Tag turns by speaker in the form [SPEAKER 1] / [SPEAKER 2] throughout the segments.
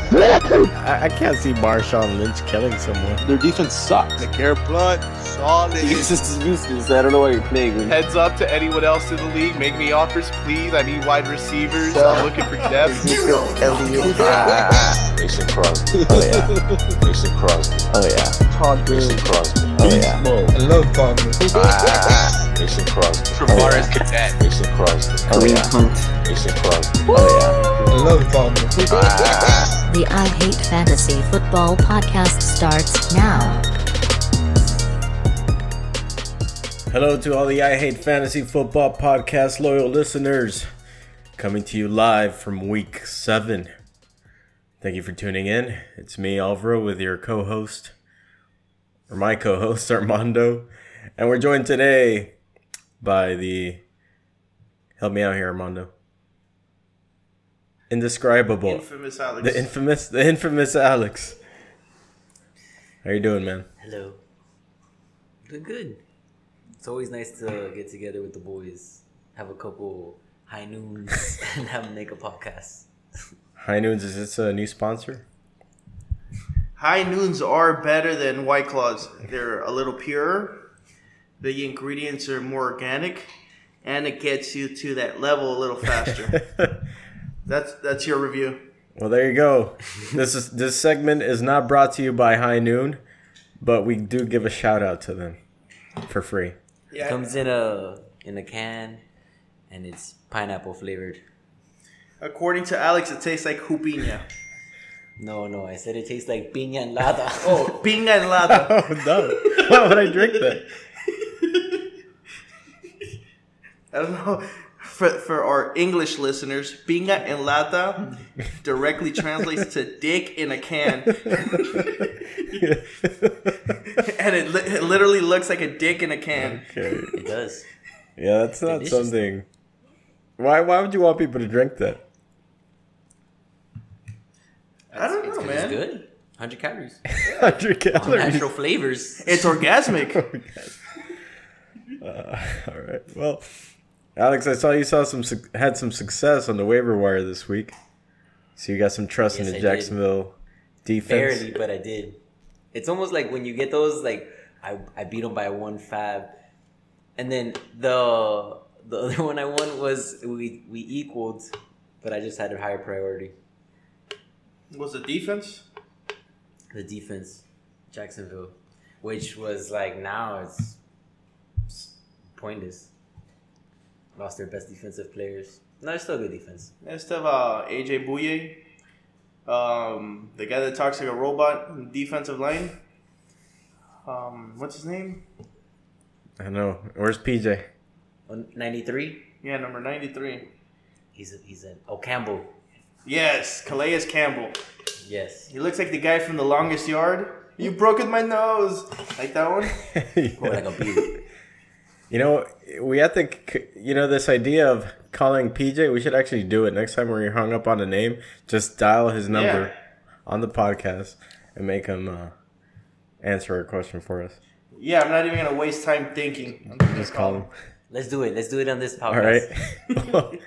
[SPEAKER 1] I, I can't see Marshawn Lynch killing someone.
[SPEAKER 2] Their defense sucks.
[SPEAKER 3] Care Blunt, solid.
[SPEAKER 2] It's just useless. I don't know why you're playing. him.
[SPEAKER 4] Heads up to anyone else in the league. Make me offers, please. I need wide receivers. I'm looking for depth.
[SPEAKER 1] Ezekiel Elliott.
[SPEAKER 5] Mason Crosby. Oh yeah. Mason Crosby.
[SPEAKER 1] Oh yeah.
[SPEAKER 6] Todd
[SPEAKER 5] Mason Crosby.
[SPEAKER 1] Oh yeah.
[SPEAKER 7] I love Conley.
[SPEAKER 5] Ah, Mason Crosby.
[SPEAKER 1] Travaris
[SPEAKER 5] Cadet. Mason Crosby.
[SPEAKER 1] Oh
[SPEAKER 6] Kareem
[SPEAKER 1] yeah.
[SPEAKER 6] Hunt.
[SPEAKER 5] Mason Crosby.
[SPEAKER 1] Oh
[SPEAKER 7] I love Conley.
[SPEAKER 8] The I Hate Fantasy Football podcast starts now.
[SPEAKER 1] yeah. Hello to all the I Hate Fantasy Football podcast loyal listeners. Coming to you live from week seven. Thank you for tuning in. It's me, Alvaro, with your co host, or my co host, Armando. And we're joined today by the. Help me out here, Armando. Indescribable.
[SPEAKER 4] Infamous Alex.
[SPEAKER 1] The infamous, the infamous Alex. How you doing, man?
[SPEAKER 9] Hello. Doing good. It's always nice to get together with the boys, have a couple high noons, and have make a podcast.
[SPEAKER 1] High Noons, is this a new sponsor?
[SPEAKER 4] High noons are better than White Claws. They're a little purer. The ingredients are more organic, and it gets you to that level a little faster. that's that's your review.
[SPEAKER 1] Well, there you go. this is this segment is not brought to you by High Noon, but we do give a shout out to them for free.
[SPEAKER 4] Yeah.
[SPEAKER 9] Comes in a in a can, and it's pineapple flavored.
[SPEAKER 4] According to Alex, it tastes like jupina.
[SPEAKER 9] No, no, I said it tastes like piña lada.
[SPEAKER 4] Oh, pinga helada.
[SPEAKER 1] Oh no! Why would I drink that?
[SPEAKER 4] I don't know. For, for our English listeners, pinga en lata directly translates to dick in a can. and it, li- it literally looks like a dick in a can.
[SPEAKER 1] Okay.
[SPEAKER 9] It does.
[SPEAKER 1] Yeah, that's not
[SPEAKER 9] Delicious.
[SPEAKER 1] something. Why? Why would you want people to drink that?
[SPEAKER 4] I don't
[SPEAKER 9] It's
[SPEAKER 4] know,
[SPEAKER 9] 'cause
[SPEAKER 4] Oh, man.
[SPEAKER 9] It's good. Hundred calories.
[SPEAKER 1] Hundred calories.
[SPEAKER 9] Natural flavors.
[SPEAKER 4] It's orgasmic.
[SPEAKER 1] Uh, all right. Well, Alex, I saw you saw some suc had some success on the waiver wire this week. So you got some trust
[SPEAKER 9] Yes,
[SPEAKER 1] in
[SPEAKER 9] I
[SPEAKER 1] the
[SPEAKER 9] did.
[SPEAKER 1] Jacksonville defense.
[SPEAKER 9] Barely, but I did. It's almost like when you get those, like I, I beat them by one fab, and then the the other one I won was we we equaled, but I just had a higher priority.
[SPEAKER 4] Was the defense?
[SPEAKER 9] The defense, Jacksonville, which was like now it's pointless. Lost their best defensive players. No, it's still good defense.
[SPEAKER 4] Next have uh, AJ Bouye, um, the guy that talks like a robot in defensive line. Um, what's his name?
[SPEAKER 1] I know. Where's PJ?
[SPEAKER 9] Ninety three.
[SPEAKER 4] Yeah, number 93.
[SPEAKER 9] He's a, he's an oh Campbell.
[SPEAKER 4] Yes, Calais Campbell.
[SPEAKER 9] Yes.
[SPEAKER 4] He looks like the guy from The Longest Yard. You broken my nose, like that one.
[SPEAKER 9] Or like a beat.
[SPEAKER 1] You know, we have to. c- You know, this idea of calling PJ, we should actually do it next time when you're hung up on a name. Just dial his number
[SPEAKER 4] Yeah.
[SPEAKER 1] on the podcast and make him uh, answer a question for us.
[SPEAKER 4] Yeah, I'm not even gonna waste time thinking. I'm gonna
[SPEAKER 1] Just call him.
[SPEAKER 9] Let's do it. Let's do it on this podcast.
[SPEAKER 1] All right.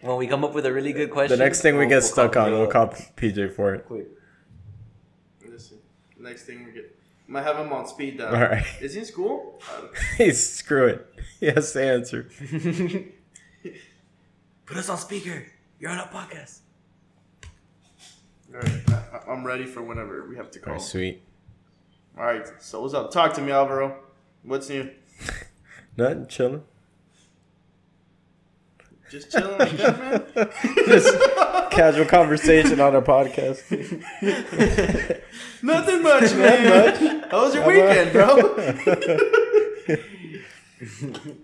[SPEAKER 9] When we come up with a really good
[SPEAKER 1] the
[SPEAKER 9] question,
[SPEAKER 1] next thing we
[SPEAKER 9] we'll-
[SPEAKER 1] get
[SPEAKER 9] we'll
[SPEAKER 1] stuck
[SPEAKER 9] call
[SPEAKER 1] on,
[SPEAKER 9] you
[SPEAKER 1] we'll
[SPEAKER 9] up.
[SPEAKER 1] call PJ for it.
[SPEAKER 9] Quick.
[SPEAKER 4] Let's see. Next thing we get, I'm gonna have him on speed dial.
[SPEAKER 1] All right.
[SPEAKER 4] Is he in school? Uh, I don't know.
[SPEAKER 1] Hey, screw it. He has to answer.
[SPEAKER 9] Put us on speaker. You're on a podcast.
[SPEAKER 4] All right. I- I- I'm ready for whenever we have to
[SPEAKER 1] All
[SPEAKER 4] call.
[SPEAKER 1] right, sweet.
[SPEAKER 4] All right. So what's up? Talk to me, Alvaro. What's new?
[SPEAKER 1] Nothing, chilling.
[SPEAKER 4] Just chilling like that, man.
[SPEAKER 1] Just casual conversation on a podcast.
[SPEAKER 4] Nothing much, man. How was your weekend, bro?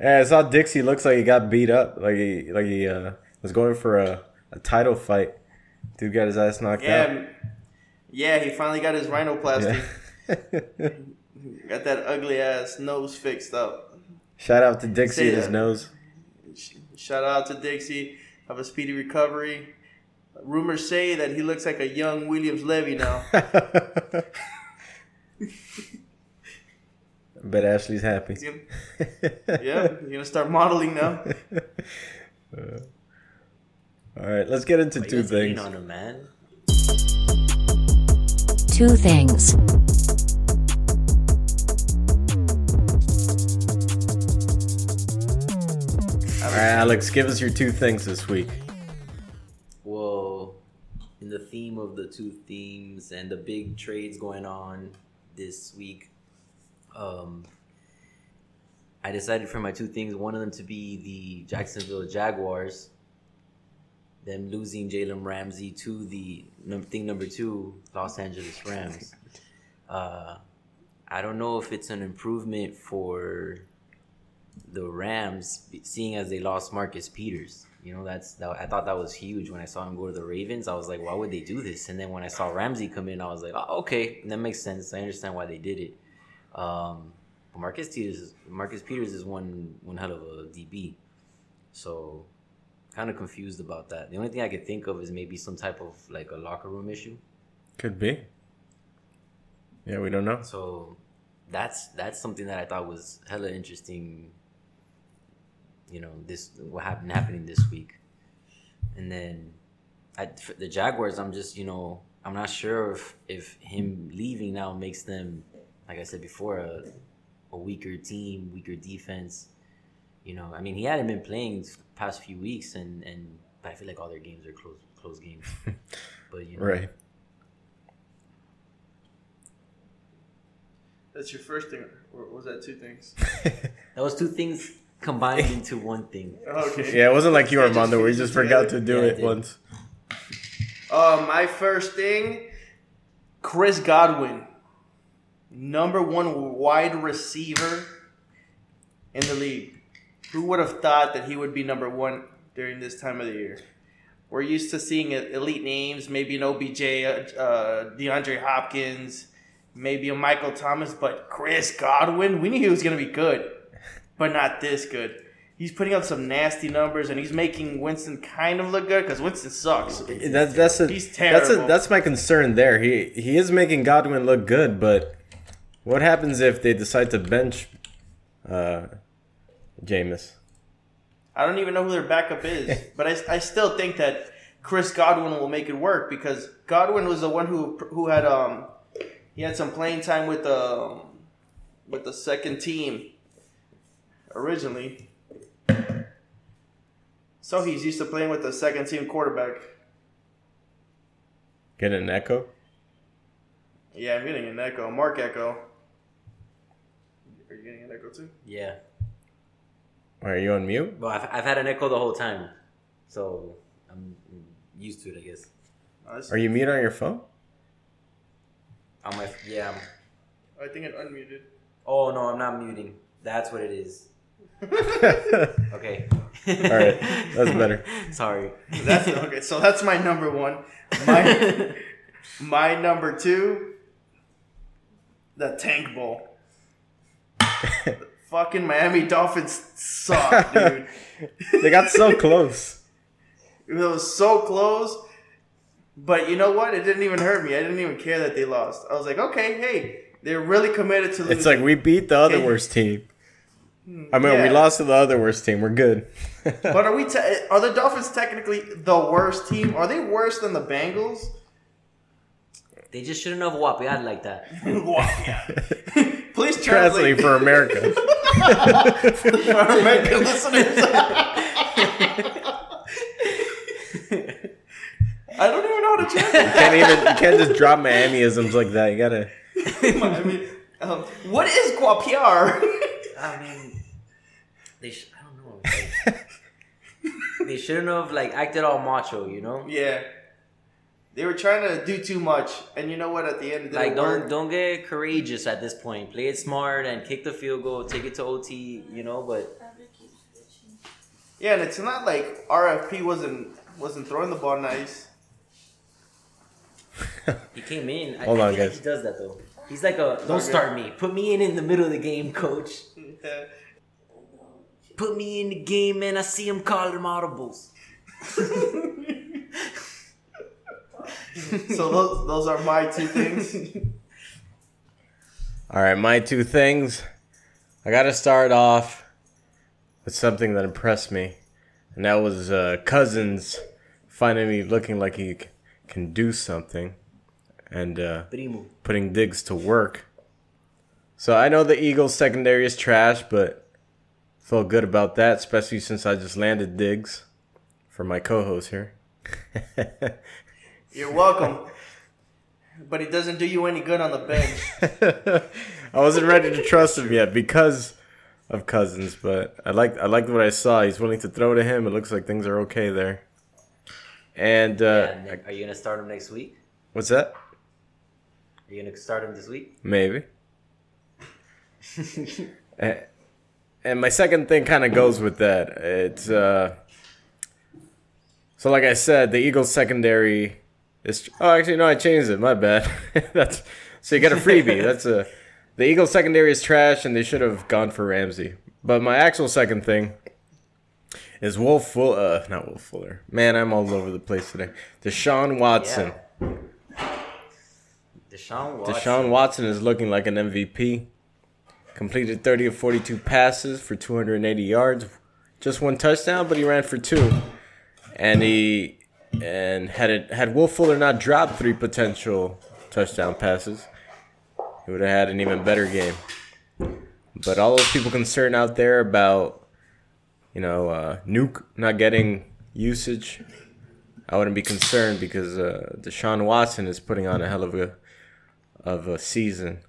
[SPEAKER 1] Yeah, I saw Dixie looks like he got beat up. Like he like he uh, was going for a, a title fight. Dude got his ass knocked
[SPEAKER 4] Yeah.
[SPEAKER 1] out.
[SPEAKER 4] m- Yeah. He finally got his rhinoplasty. Got that ugly ass nose fixed up.
[SPEAKER 1] Shout out to Dixie
[SPEAKER 4] Say
[SPEAKER 1] his
[SPEAKER 4] that.
[SPEAKER 1] nose.
[SPEAKER 4] Sh- Shout out to Dixie. Have a speedy recovery. Rumors say that he looks like a young Williams Levy now.
[SPEAKER 1] but Ashley's happy.
[SPEAKER 4] He's gonna- yeah, he's gonna start modeling now.
[SPEAKER 1] All right, let's get into
[SPEAKER 9] Why you
[SPEAKER 1] two
[SPEAKER 9] guys hating
[SPEAKER 1] things.
[SPEAKER 9] on him, man.
[SPEAKER 8] two things.
[SPEAKER 1] All right, Alex, give us your two things this week.
[SPEAKER 9] Well, in the theme of the two themes and the big trades going on this week, um, I decided for my two things, one of them to be the Jacksonville Jaguars, them losing Jalen Ramsey to the num- thing number two, Los Angeles Rams. Uh, I don't know if it's an improvement for the Rams, seeing as they lost Marcus Peters, you know that's that, I thought that was huge when I saw him go to the Ravens. I was like, why would they do this? And then when I saw Ramsey come in, I was like, oh, okay, that makes sense. I understand why they did it. Um, but Marcus Peters, Marcus Peters is one one hell of a DB, so kind of confused about that. The only thing I could think of is maybe some type of like a locker room issue.
[SPEAKER 1] Could be. Yeah, we don't know.
[SPEAKER 9] So that's that's something that I thought was hella interesting. You know this what happened happening this week, and then I, for the Jaguars. I'm just you know I'm not sure if if him leaving now makes them, like I said before, a, a weaker team, weaker defense. You know, I mean, he hadn't been playing the past few weeks, and and but I feel like all their games are close close games. but you know,
[SPEAKER 1] Right.
[SPEAKER 4] That's your first thing, or was that two things?
[SPEAKER 9] that was two things combined into one thing.
[SPEAKER 4] Okay.
[SPEAKER 1] Yeah, it wasn't like you,
[SPEAKER 4] I just
[SPEAKER 1] Armando, where you
[SPEAKER 4] fused
[SPEAKER 1] just
[SPEAKER 4] it together.
[SPEAKER 1] forgot to do
[SPEAKER 9] Yeah, I
[SPEAKER 1] it
[SPEAKER 9] did.
[SPEAKER 1] once.
[SPEAKER 4] Uh, my first thing, Chris Godwin, number one wide receiver in the league. Who would have thought that he would be number one during this time of the year? We're used to seeing e-, elite names, maybe an OBJ, uh, DeAndre Hopkins, maybe a Michael Thomas, but Chris Godwin, we knew he was going to be good, but not this good. He's putting up some nasty numbers, and he's making Winston kind of look good because Winston sucks.
[SPEAKER 1] That's that's a,
[SPEAKER 4] He's
[SPEAKER 1] that's a
[SPEAKER 4] terrible.
[SPEAKER 1] that's my concern there. He he is making Godwin look good, but what happens if they decide to bench uh Jameis?
[SPEAKER 4] I don't even know who their backup is, but I, I still think that Chris Godwin will make it work because Godwin was the one who who had um he had some playing time with the with the second team originally, so he's used to playing with the second team quarterback.
[SPEAKER 1] Get an echo?
[SPEAKER 4] Yeah, I'm getting an echo, Mark Echo. Are you getting an echo too?
[SPEAKER 9] Yeah.
[SPEAKER 1] Are you on mute?
[SPEAKER 9] Well, I've, I've had an echo the whole time, so I'm used to it, I guess.
[SPEAKER 4] No, this-
[SPEAKER 1] Are you mute on your phone?
[SPEAKER 9] On my yeah. I'm-
[SPEAKER 4] I think it unmuted.
[SPEAKER 9] oh no, I'm not muting. That's what it is. Okay. All
[SPEAKER 1] right, that's better.
[SPEAKER 9] Sorry.
[SPEAKER 4] That's okay. So that's my number one. My my number two, the Tank Bowl. Fucking Miami Dolphins suck, dude.
[SPEAKER 1] they got so close.
[SPEAKER 4] It was so close, but you know what? It didn't even hurt me. I didn't even care that they lost. I was like, okay, hey, they're really committed to losing.
[SPEAKER 1] It's like we beat the other
[SPEAKER 4] Okay.
[SPEAKER 1] worst team. I mean, we
[SPEAKER 4] Yeah.
[SPEAKER 1] lost to the other worst team. We're good.
[SPEAKER 4] But are we? Te- are the Dolphins technically the worst team? Are they worse than the Bengals?
[SPEAKER 9] They just shouldn't have wapiad like that.
[SPEAKER 4] Wow, yeah. Please
[SPEAKER 1] Translate
[SPEAKER 4] translate
[SPEAKER 1] for America.
[SPEAKER 4] for our American listeners. I don't even know how to translate.
[SPEAKER 1] can't even you can't just drop Miamiisms like that. You gotta
[SPEAKER 4] I mean, um, what is guapiar?
[SPEAKER 9] I mean, they sh- I don't know. like, they shouldn't have like acted all macho, you know.
[SPEAKER 4] yeah, they were trying to do too much, and you know what? At the end, it didn't
[SPEAKER 9] Like don't
[SPEAKER 4] work.
[SPEAKER 9] don't get courageous at this point. Play it smart and kick the field goal, take it to OT, you know. But
[SPEAKER 4] Yeah, and it's not like RFP wasn't wasn't throwing the ball nice.
[SPEAKER 9] he came in. I-
[SPEAKER 1] Hold
[SPEAKER 9] I
[SPEAKER 1] on,
[SPEAKER 9] feel like
[SPEAKER 1] guys.
[SPEAKER 9] He does that though. He's like a
[SPEAKER 4] Okay.
[SPEAKER 9] don't start me. Put me in in the middle of the game, coach.
[SPEAKER 4] Yeah.
[SPEAKER 9] Put me in the game, man. I see him calling audibles.
[SPEAKER 4] So those those are my two things.
[SPEAKER 1] All right, my two things. I got to start off with something that impressed me, and that was uh, Cousins finally looking like he c- can do something. and uh,
[SPEAKER 9] Primo.
[SPEAKER 1] putting digs to work. So I know the Eagles secondary is trash, but felt good about that, especially since I just landed digs for my co-host here.
[SPEAKER 4] You're welcome. but it doesn't do you any good on the bench.
[SPEAKER 1] I wasn't ready to trust him yet because of Cousins, but I like I liked what I saw. He's willing to throw to him. It looks like things are okay there. And uh,
[SPEAKER 9] And then, are you gonna start him next week?
[SPEAKER 1] what's that?
[SPEAKER 9] Are you gonna start him this week?
[SPEAKER 1] Maybe. and, and my second thing kind of goes with that. It's uh, so like I said, the Eagles secondary is. Oh, actually, no, I changed it. My bad. That's so you get a freebie. That's a. The Eagles secondary is trash, and they should have gone for Ramsey. But my actual second thing is Wolf Fuller. Uh, not Wolf Fuller. Man, I'm all over the place today. Deshaun Watson.
[SPEAKER 9] Yeah. Deshaun Watson.
[SPEAKER 1] Deshaun Watson is looking like an MVP. Completed 30 of 42 passes for 280 yards, just one touchdown, but he ran for two. And he and had it had Will Fuller not dropped three potential touchdown passes, he would have had an even better game. But all those people concerned out there about you know uh, Nuke not getting usage, I wouldn't be concerned because uh, Deshaun Watson is putting on a hell of a of a season.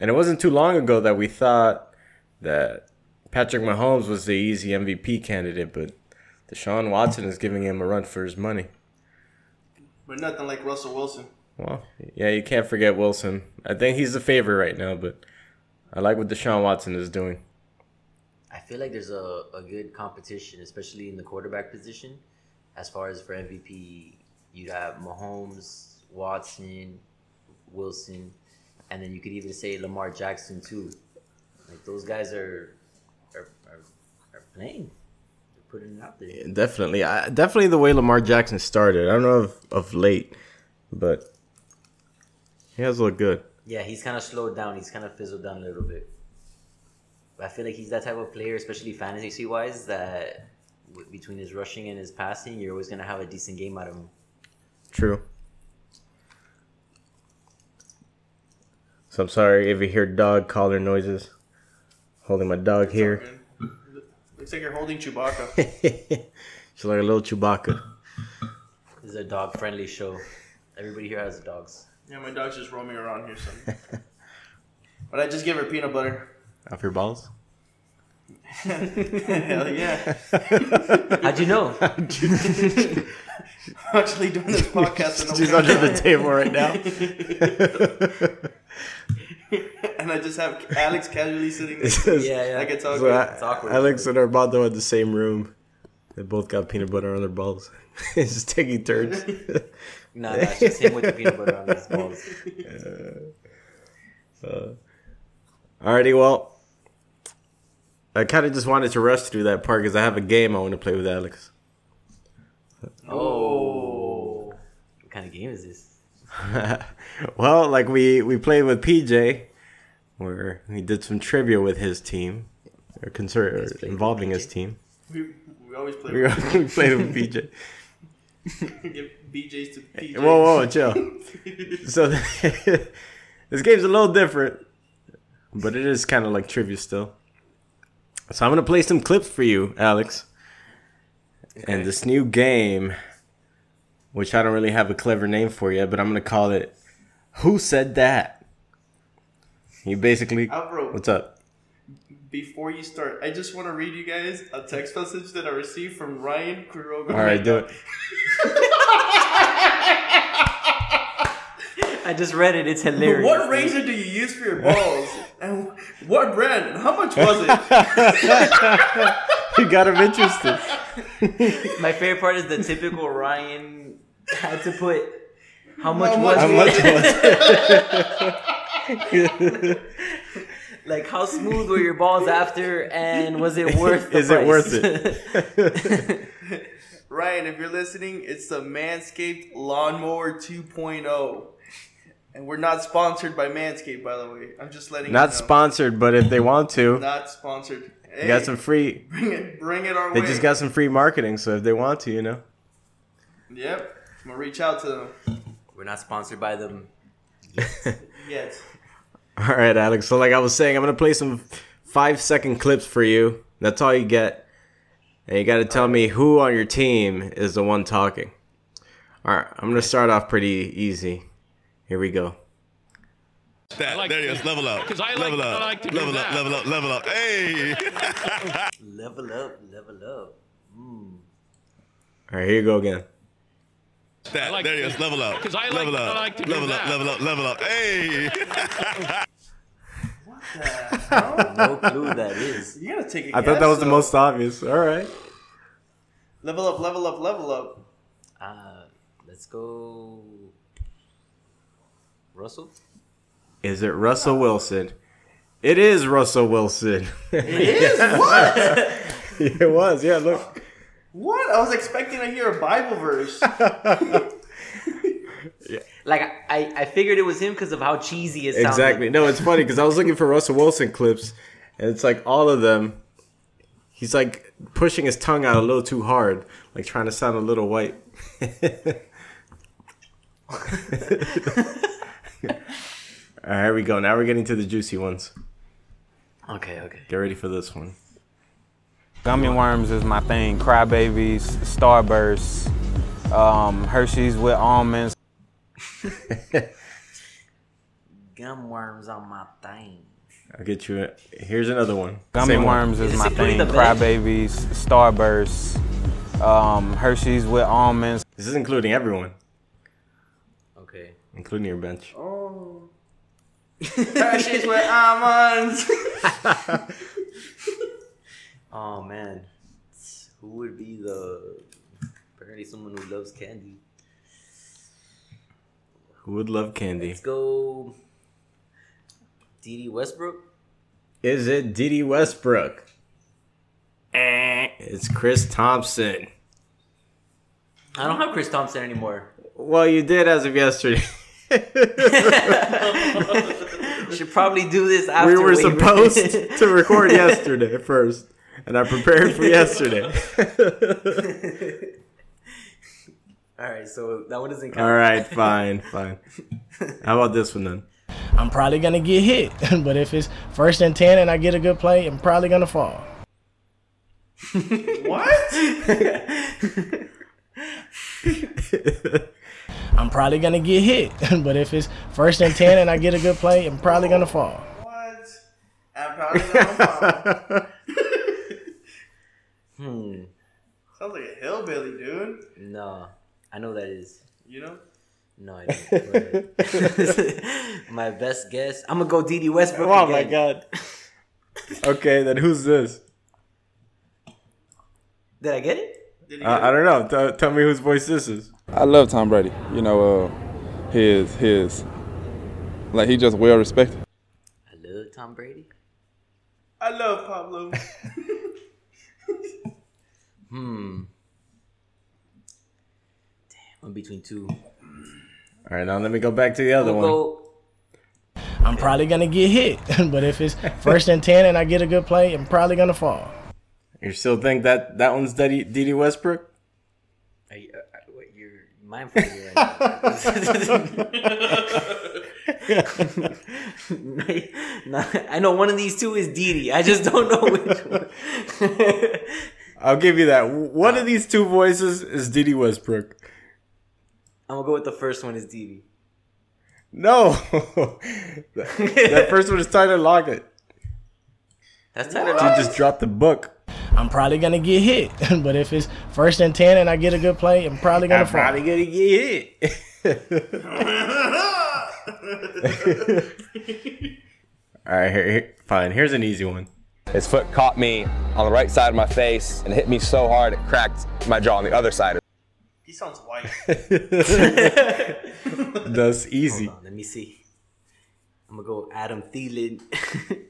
[SPEAKER 1] And it wasn't too long ago that we thought that Patrick Mahomes was the easy MVP candidate, but Deshaun Watson is giving him a run for his money.
[SPEAKER 4] But nothing like Russell Wilson.
[SPEAKER 1] Well, yeah, you can't forget Wilson. I think he's the favorite right now, but I like what Deshaun Watson is doing.
[SPEAKER 9] I feel like there's a, a good competition, especially in the quarterback position. As far as for MVP, you'd have Mahomes, Watson, Wilson, and then you could even say Lamar Jackson too. Like those guys are are, are, are playing. They're putting it out there.
[SPEAKER 1] Definitely, I, definitely the way Lamar Jackson started. I don't know of, of late, but he has looked good.
[SPEAKER 9] Yeah, he's kind of slowed down. He's kind of fizzled down a little bit. But I feel like he's that type of player, especially fantasy wise, that w- between his rushing and his passing, you're always gonna have a decent game out of him.
[SPEAKER 1] True. So I'm sorry if you hear dog collar noises. Holding my dog here.
[SPEAKER 4] Looks like you're holding Chewbacca.
[SPEAKER 1] She's like a little Chewbacca.
[SPEAKER 9] This is a dog friendly show. Everybody here has dogs.
[SPEAKER 4] yeah, my dog's just roaming around here. Some. but I just gave her peanut butter.
[SPEAKER 1] Off your balls?
[SPEAKER 4] Hell yeah.
[SPEAKER 9] How'd you know?
[SPEAKER 4] Actually doing this podcast. and
[SPEAKER 1] She's
[SPEAKER 4] opening
[SPEAKER 1] under the
[SPEAKER 4] it.
[SPEAKER 1] table right now.
[SPEAKER 4] and I just have Alex casually sitting there.
[SPEAKER 9] Yeah, yeah.
[SPEAKER 4] Like it's all
[SPEAKER 1] So
[SPEAKER 4] good.
[SPEAKER 1] I-
[SPEAKER 9] It's awkward.
[SPEAKER 1] Alex and Armando in the same room. They both got peanut butter on their balls. Just taking turns.
[SPEAKER 9] nah, nah, it's just him with the peanut butter on his balls.
[SPEAKER 1] Uh, Alrighty, well, I kind of just wanted to rush through that part because I have a game I want to play with Alex.
[SPEAKER 9] Oh. What kind of game is this?
[SPEAKER 1] well, like we we played with PJ, where we did some trivia with his team, or concern or involving his team.
[SPEAKER 4] We, we always play.
[SPEAKER 1] We we played with PJ.
[SPEAKER 4] give BJ's to PJ.
[SPEAKER 1] Whoa, whoa, chill. So this game's a little different, but it is kind of like trivia still. So I'm gonna play some clips for you, Alex. And this new game, which I don't really have a clever name for yet, but I'm gonna call it "Who Said That." You basically,
[SPEAKER 4] Alvaro,
[SPEAKER 1] what's up?
[SPEAKER 4] before you start, I just want to read you guys a text message that I received from Ryan Quiroga.
[SPEAKER 1] All right, do it.
[SPEAKER 9] I just read it. It's hilarious.
[SPEAKER 4] What razor do you use for your balls? and what brand? And how much was it?
[SPEAKER 1] You got him interested.
[SPEAKER 9] My favorite part is the typical Ryan had to put how much
[SPEAKER 4] much
[SPEAKER 9] was
[SPEAKER 1] How
[SPEAKER 9] it?
[SPEAKER 1] much was it?
[SPEAKER 9] Like how smooth were your balls after, and was it worth? The
[SPEAKER 1] Is it
[SPEAKER 9] price?
[SPEAKER 1] worth it?
[SPEAKER 4] Ryan, if you're listening, it's the Manscaped Lawnmower 2.0. And we're not sponsored by Manscaped, by the way. I'm just letting
[SPEAKER 1] Not
[SPEAKER 4] you know.
[SPEAKER 1] sponsored, but if they want to,
[SPEAKER 4] Not sponsored. Hey,
[SPEAKER 1] you got some free.
[SPEAKER 4] bring it, bring it our
[SPEAKER 1] They
[SPEAKER 4] way.
[SPEAKER 1] just got some free marketing, so if they want to, you know.
[SPEAKER 4] Yep, I'm gonna reach out to them.
[SPEAKER 9] We're not sponsored by them.
[SPEAKER 4] Yes.
[SPEAKER 1] All right, Alex. So, like I was saying, I'm gonna play some five second clips for you. That's all you get, and you got to tell me who on your team is the one talking. All right, I'm gonna start off pretty easy. Here we go.
[SPEAKER 3] That
[SPEAKER 6] like
[SPEAKER 3] there it
[SPEAKER 6] to-
[SPEAKER 3] is. Level up.
[SPEAKER 6] 'cause I like-
[SPEAKER 3] level up.
[SPEAKER 6] I like to do
[SPEAKER 3] level up.
[SPEAKER 6] that.
[SPEAKER 3] Level up. Level up. Hey.
[SPEAKER 9] Level up, level up.
[SPEAKER 1] All right, here you go again.
[SPEAKER 3] that
[SPEAKER 6] like
[SPEAKER 3] there it
[SPEAKER 6] to-
[SPEAKER 3] is. Level up.
[SPEAKER 6] 'cause I like-
[SPEAKER 3] level
[SPEAKER 6] I
[SPEAKER 3] up.
[SPEAKER 6] like to do
[SPEAKER 3] level up.
[SPEAKER 6] that.
[SPEAKER 3] Level up. Level up. Hey.
[SPEAKER 9] No clue who that is.
[SPEAKER 4] You gotta take a
[SPEAKER 1] I
[SPEAKER 4] guess,
[SPEAKER 1] thought that was the
[SPEAKER 4] though.
[SPEAKER 1] most obvious. All right.
[SPEAKER 4] Level up, level up, level up.
[SPEAKER 9] Uh, let's go. Russell?
[SPEAKER 1] Is it Russell Wilson? It is Russell Wilson. it
[SPEAKER 4] Is what?
[SPEAKER 1] was. Yeah. Look.
[SPEAKER 4] What? I was expecting to hear a Bible verse.
[SPEAKER 9] Like, I- I, I figured it was him because of how cheesy it sounded.
[SPEAKER 1] Exactly. No, it's funny because I was looking for Russell Wilson clips, and it's like all of them. He's like pushing his tongue out a little too hard, like trying to sound a little white. all right, here we go. Now we're getting to the juicy ones.
[SPEAKER 9] Okay, okay.
[SPEAKER 1] Get ready for this one.
[SPEAKER 10] Gummy worms is my thing. Crybabies, Starbursts, um, Hershey's with almonds.
[SPEAKER 9] Gum worms on my thing.
[SPEAKER 1] I'll get you. A, here's another one.
[SPEAKER 10] Gummy
[SPEAKER 1] Same one.
[SPEAKER 10] worms is
[SPEAKER 9] Is
[SPEAKER 10] my
[SPEAKER 9] it really
[SPEAKER 10] thing.
[SPEAKER 9] the best?
[SPEAKER 10] Crybabies, Starbursts, um, Hershey's with almonds.
[SPEAKER 1] This is including everyone,
[SPEAKER 9] Okay.
[SPEAKER 1] including your bench.
[SPEAKER 4] oh. Precious with almonds.
[SPEAKER 9] Oh, man. Who would be the. Apparently, someone who loves candy.
[SPEAKER 1] Who would love candy?
[SPEAKER 9] Let's go. DD Westbrook?
[SPEAKER 1] Is it Didi Westbrook? Eh, it's Chris Thompson.
[SPEAKER 9] I don't have Chris Thompson anymore.
[SPEAKER 1] Well, you did as of yesterday.
[SPEAKER 9] Should probably do this after
[SPEAKER 1] we were
[SPEAKER 9] waiver.
[SPEAKER 1] supposed to record yesterday first, and I prepared for yesterday.
[SPEAKER 9] All right, so that one doesn't count.
[SPEAKER 1] All right, fine, fine. How about this one then?
[SPEAKER 11] I'm probably gonna get hit. but if it's first and ten and I get a good play, I'm probably gonna fall. I'm probably gonna get hit. but if it's first and ten and I get a good play, I'm probably gonna fall.
[SPEAKER 4] what? I'm probably gonna fall.
[SPEAKER 9] Hmm.
[SPEAKER 4] Sounds like a hillbilly, dude.
[SPEAKER 9] No, I know that is.
[SPEAKER 4] You know?
[SPEAKER 9] No, I don't. But- my best guess. I'm gonna go DD Westbrook.
[SPEAKER 1] oh my
[SPEAKER 9] again.
[SPEAKER 1] god. Okay, then who's this?
[SPEAKER 9] Did I get it?
[SPEAKER 4] Did he
[SPEAKER 1] Uh,
[SPEAKER 4] get
[SPEAKER 1] I don't know. Tell- tell me whose voice this is.
[SPEAKER 10] I love Tom Brady. You know, uh, his, his. Like, he just well respected.
[SPEAKER 9] I love Tom Brady.
[SPEAKER 4] I love Pablo.
[SPEAKER 9] Hmm. Damn, I'm between two.
[SPEAKER 1] All right, now let me go back to the other
[SPEAKER 9] We'll
[SPEAKER 1] one.
[SPEAKER 9] go.
[SPEAKER 11] I'm probably gonna get hit. but if it's first and ten and I get a good play, I'm probably gonna fall.
[SPEAKER 1] You still think that that one's Didi, Didi Westbrook?
[SPEAKER 9] Are you, uh, what, you're mindful of me right now. No, I know one of these two is Didi. I just don't know which one.
[SPEAKER 1] I'll give you that. One of these two voices is Didi Westbrook.
[SPEAKER 9] I'm gonna go with the first one is Didi.
[SPEAKER 1] No, that, that first one is Tyler Lockett.
[SPEAKER 9] That's Tyler
[SPEAKER 1] He
[SPEAKER 9] Lockett.
[SPEAKER 1] just dropped the book.
[SPEAKER 11] I'm probably gonna get hit. but if it's first and ten and I get a good play, I'm probably gonna
[SPEAKER 1] I'm
[SPEAKER 11] fall.
[SPEAKER 1] probably gonna get hit. All right, here, here- fine. Here's an easy one.
[SPEAKER 10] His foot caught me on the right side of my face and hit me so hard it cracked my jaw on the other side.
[SPEAKER 4] he sounds white.
[SPEAKER 1] That's easy.
[SPEAKER 9] Hold on, let me see. I'm gonna go Adam Thielen.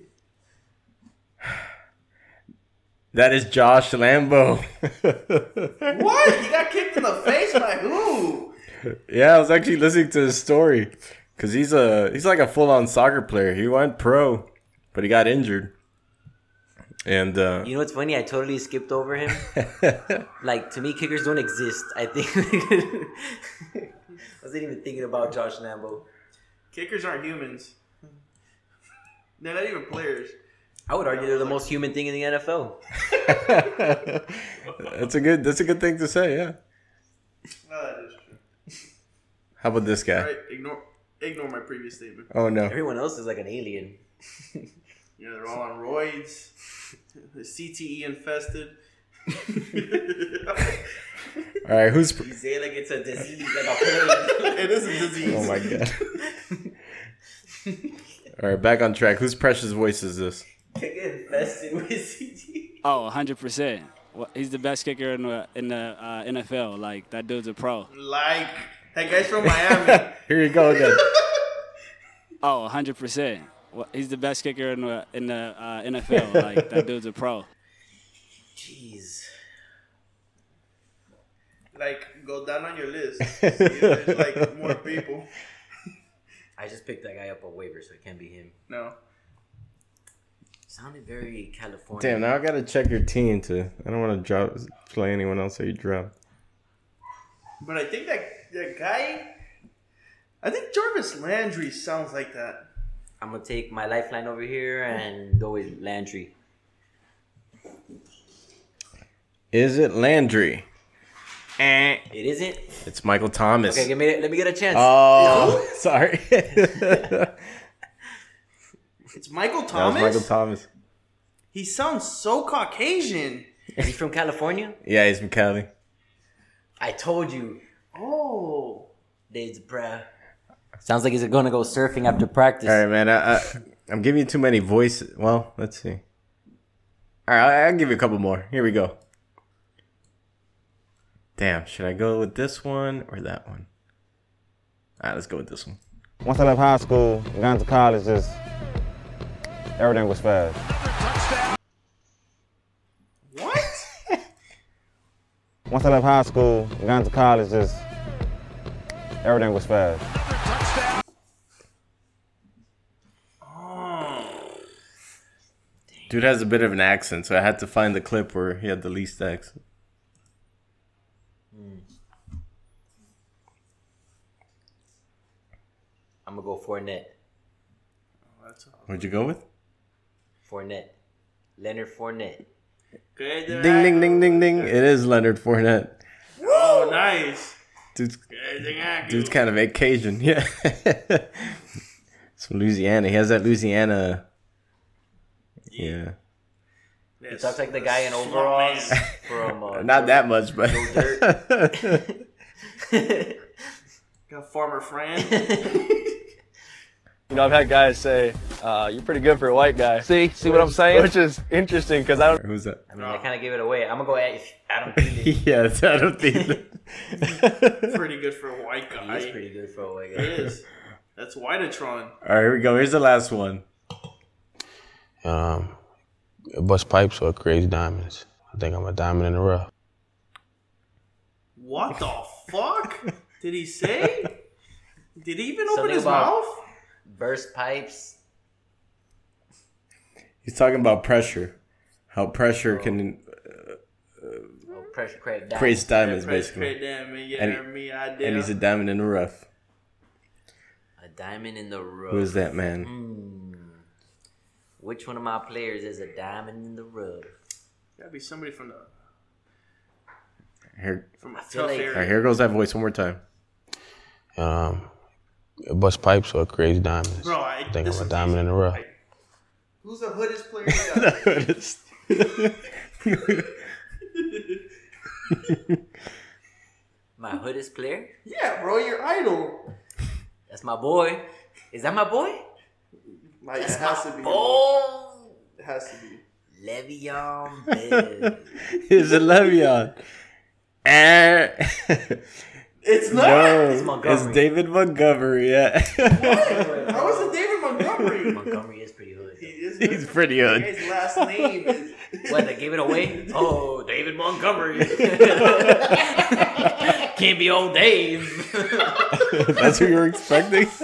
[SPEAKER 1] That is Josh Lambo.
[SPEAKER 4] what? He got kicked in the face by who?
[SPEAKER 1] yeah, I was actually listening to his story because he's a he's like a full on soccer player. He went pro, but he got injured. And uh,
[SPEAKER 9] you know what's funny? I totally skipped over him. like to me, kickers don't exist. I think I wasn't even thinking about Josh Lambo.
[SPEAKER 4] Kickers aren't humans. They're not even players.
[SPEAKER 9] I would argue they're the most human thing in the NFL.
[SPEAKER 1] that's a good. That's a good thing to say. Yeah.
[SPEAKER 4] No, that is true.
[SPEAKER 1] How about this
[SPEAKER 4] All
[SPEAKER 1] guy?
[SPEAKER 4] right, ignore ignore my previous statement.
[SPEAKER 1] Oh no.
[SPEAKER 9] Everyone else is like an alien.
[SPEAKER 4] Yeah, they're all on roids. The CTE infested.
[SPEAKER 1] All right. Who's?
[SPEAKER 9] You say like it's a disease, like a plague.
[SPEAKER 4] it is a disease.
[SPEAKER 1] Oh my god. All right, back on track. Whose precious voice is this?
[SPEAKER 9] Like, infested with CG.
[SPEAKER 6] Oh, 100%. Well, He's the best kicker in the, in the uh, NFL. Like, that dude's a pro.
[SPEAKER 4] Like that guy's from Miami.
[SPEAKER 1] Here you go again.
[SPEAKER 6] Oh, 100%. Well, He's the best kicker in the, in the uh, NFL. Like, that dude's a pro.
[SPEAKER 9] Jeez.
[SPEAKER 4] like go down on your list. See if there's like more people.
[SPEAKER 9] I just picked that guy up on waiver, so it can't be him.
[SPEAKER 4] No.
[SPEAKER 9] Sounded very California.
[SPEAKER 1] Damn, now I gotta check your team too. I don't want to drop play anyone else that you drop.
[SPEAKER 4] But I think that that guy I think Jarvis Landry sounds like that.
[SPEAKER 9] I'm gonna take my lifeline over here and go with Landry.
[SPEAKER 1] Is it Landry?
[SPEAKER 9] It isn't.
[SPEAKER 1] It's Michael Thomas.
[SPEAKER 9] Eh. Okay, give me. Let me get a chance.
[SPEAKER 1] oh, sorry. that
[SPEAKER 4] It's Michael
[SPEAKER 1] was
[SPEAKER 4] Thomas.
[SPEAKER 1] Michael Thomas.
[SPEAKER 4] he sounds so Caucasian.
[SPEAKER 9] Is he from California?
[SPEAKER 1] Yeah, he's from Cali.
[SPEAKER 9] I told you,
[SPEAKER 4] Oh.
[SPEAKER 9] Dave's bruh. Sounds like he's gonna go surfing after practice.
[SPEAKER 1] All right, man. I, I, I'm giving you too many voices. Well, let's see. All right, I, I'll give you a couple more. Here we go. Damn, should I go with this one or that one? All right, let's go with this one.
[SPEAKER 10] Once I left high school, going to college, just everything was fast.
[SPEAKER 4] What?
[SPEAKER 10] Once I left high school, going to college, just everything was fast.
[SPEAKER 1] Dude has a bit of an accent, so I had to find the clip where he had the least accent.
[SPEAKER 9] I'm gonna go Fournette.
[SPEAKER 1] What'd you go with?
[SPEAKER 9] Fournette. Leonard Fournette.
[SPEAKER 4] Good.
[SPEAKER 1] Ding, ding, ding, ding, ding. It is Leonard Fournette.
[SPEAKER 4] Oh, nice.
[SPEAKER 1] Dude's,
[SPEAKER 4] Good thing I
[SPEAKER 1] dude's
[SPEAKER 4] do.
[SPEAKER 1] kind of a Cajun, yeah. it's from Louisiana. He has that Louisiana. Yeah.
[SPEAKER 9] He talks like the guy in overalls from uh,
[SPEAKER 1] Not that much, but.
[SPEAKER 4] Got Farmer Fran.
[SPEAKER 2] You know, I've had guys say, uh, "You're pretty good for a white guy." See, see what I'm saying? Which is interesting because I don't.
[SPEAKER 1] Who's that?
[SPEAKER 9] I mean, I kind of gave it away. I'm gonna go at Adam Thielen.
[SPEAKER 1] yeah, it's Adam Thielen.
[SPEAKER 4] pretty good for a white guy.
[SPEAKER 9] He's pretty good for a white
[SPEAKER 4] He
[SPEAKER 9] guy.
[SPEAKER 4] is. That's Whiteatron.
[SPEAKER 1] All right, here we go. Here's the last one.
[SPEAKER 5] Um, it busts pipes or it creates diamonds. I think I'm a diamond in the rough.
[SPEAKER 4] What the fuck did he say? Did he even open
[SPEAKER 9] Something
[SPEAKER 4] his
[SPEAKER 9] about-
[SPEAKER 4] mouth?
[SPEAKER 9] Burst pipes.
[SPEAKER 1] He's talking about pressure, how pressure can
[SPEAKER 9] Oh, pressure crate. down.
[SPEAKER 1] create diamonds,
[SPEAKER 4] Press
[SPEAKER 1] basically.
[SPEAKER 4] crit, damn it, you
[SPEAKER 1] And-
[SPEAKER 4] heard me, I did.
[SPEAKER 1] And he's a diamond in the rough.
[SPEAKER 9] A diamond in the rough.
[SPEAKER 1] Who is that man?
[SPEAKER 9] Hmm. Which one of my players is a diamond in the rough?
[SPEAKER 4] That'd be somebody from the
[SPEAKER 1] Here,
[SPEAKER 4] from a
[SPEAKER 9] feel
[SPEAKER 4] tough
[SPEAKER 9] like-
[SPEAKER 1] all right,
[SPEAKER 4] area.
[SPEAKER 1] here goes that voice one more time.
[SPEAKER 5] Um, it busts pipes or it creates diamonds.
[SPEAKER 4] Bro, I-
[SPEAKER 5] I think
[SPEAKER 4] this
[SPEAKER 5] I'm a
[SPEAKER 4] is-
[SPEAKER 5] diamond in the rough.
[SPEAKER 4] Who's the hoodest player? You got?
[SPEAKER 9] My hoodest player?
[SPEAKER 4] yeah, bro, your idol.
[SPEAKER 9] That's my boy. Is that my boy?
[SPEAKER 4] Like it has to be.
[SPEAKER 9] Oh,
[SPEAKER 4] It has to be.
[SPEAKER 9] Le'Veon Bell.
[SPEAKER 1] Is it Le'Veon? Eh.
[SPEAKER 4] It's not.
[SPEAKER 1] no,
[SPEAKER 9] It's
[SPEAKER 1] it's,
[SPEAKER 9] Montgomery.
[SPEAKER 1] David Montgomery. Yeah,
[SPEAKER 4] How is it David Montgomery?
[SPEAKER 9] Montgomery is pretty hood.
[SPEAKER 4] He
[SPEAKER 9] though.
[SPEAKER 4] is-
[SPEAKER 1] he's pretty good.
[SPEAKER 4] His last name is.
[SPEAKER 9] What? They gave it away? Oh, David Montgomery. Can't be old Dave.
[SPEAKER 1] That's who you were expecting.
[SPEAKER 4] That's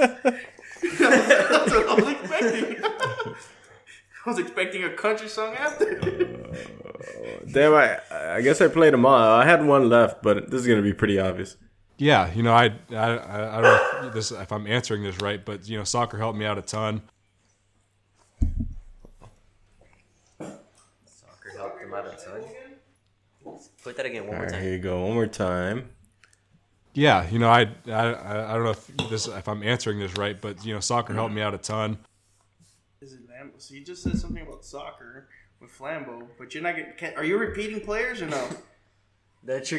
[SPEAKER 4] what I was expecting. I was expecting a country song after.
[SPEAKER 1] Damn, I, I guess I played them all. I had one left, but this is gonna be pretty obvious.
[SPEAKER 12] yeah, Uh, you know, I, I, I I don't know if, this, if I'm answering this right, but you know, soccer helped me out a ton.
[SPEAKER 9] Soccer helped him out a ton. Let's Put that again one
[SPEAKER 1] All
[SPEAKER 9] more
[SPEAKER 1] right,
[SPEAKER 9] time.
[SPEAKER 1] here you go. One more time.
[SPEAKER 12] Yeah, you know, I, I, I I don't know if this, if I'm answering this right, but you know, soccer helped me out a ton.
[SPEAKER 4] Is it Lambo? So you just said something about soccer with Flambo, but you're not getting. Can, are you repeating players or no?
[SPEAKER 9] That's your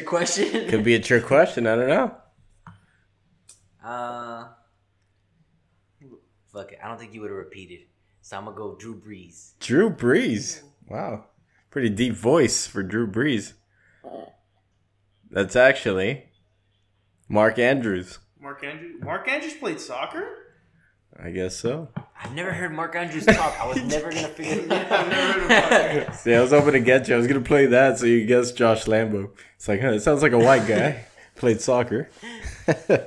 [SPEAKER 9] question.
[SPEAKER 1] Could be a trick question. I don't know.
[SPEAKER 9] Uh, fuck it. I don't think you would have repeated. So I'm gonna go Drew Brees.
[SPEAKER 1] Drew Brees. Wow. Pretty deep voice for Drew Brees. That's actually Mark Andrews.
[SPEAKER 4] Mark Andrews. Mark Andrews played soccer.
[SPEAKER 1] I guess so.
[SPEAKER 9] I've never heard Mark Andrews talk. I was never gonna figure it out.
[SPEAKER 1] See, I was hoping to get you. I was going to play that so you guess Josh Lambo. It's like, huh, it sounds like a white guy. Played soccer.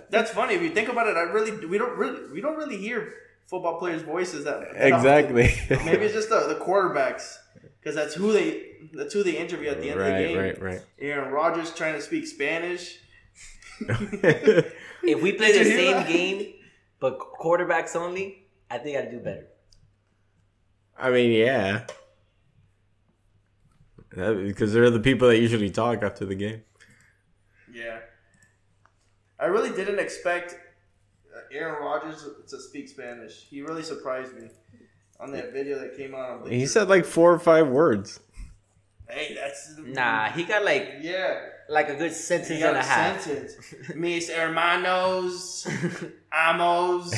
[SPEAKER 4] That's funny if you think about it. I really we don't really we don't really hear football players' voices that, that
[SPEAKER 1] Exactly.
[SPEAKER 4] often. Maybe it's just the, the quarterbacks because that's who they that's who they interview at the end of the
[SPEAKER 1] Right,
[SPEAKER 4] game.
[SPEAKER 1] right, right.
[SPEAKER 4] Aaron Rodgers trying to speak Spanish.
[SPEAKER 9] if we play the
[SPEAKER 4] Did you hear
[SPEAKER 9] same
[SPEAKER 4] that?
[SPEAKER 9] game, but quarterbacks only, I think I'd do better.
[SPEAKER 1] I mean, yeah. That- because they're the people that usually talk after the game.
[SPEAKER 4] Yeah, I really didn't expect uh, Aaron Rodgers to speak Spanish. He really surprised me on that video that came out. on
[SPEAKER 1] He
[SPEAKER 4] Bleacher.
[SPEAKER 1] said like four or five words.
[SPEAKER 4] "Hey, that's
[SPEAKER 9] Nah, he got like
[SPEAKER 4] yeah,
[SPEAKER 9] like a good sentence
[SPEAKER 4] He got
[SPEAKER 9] and a
[SPEAKER 4] a
[SPEAKER 9] half.
[SPEAKER 4] sentence. Mis hermanos, amos,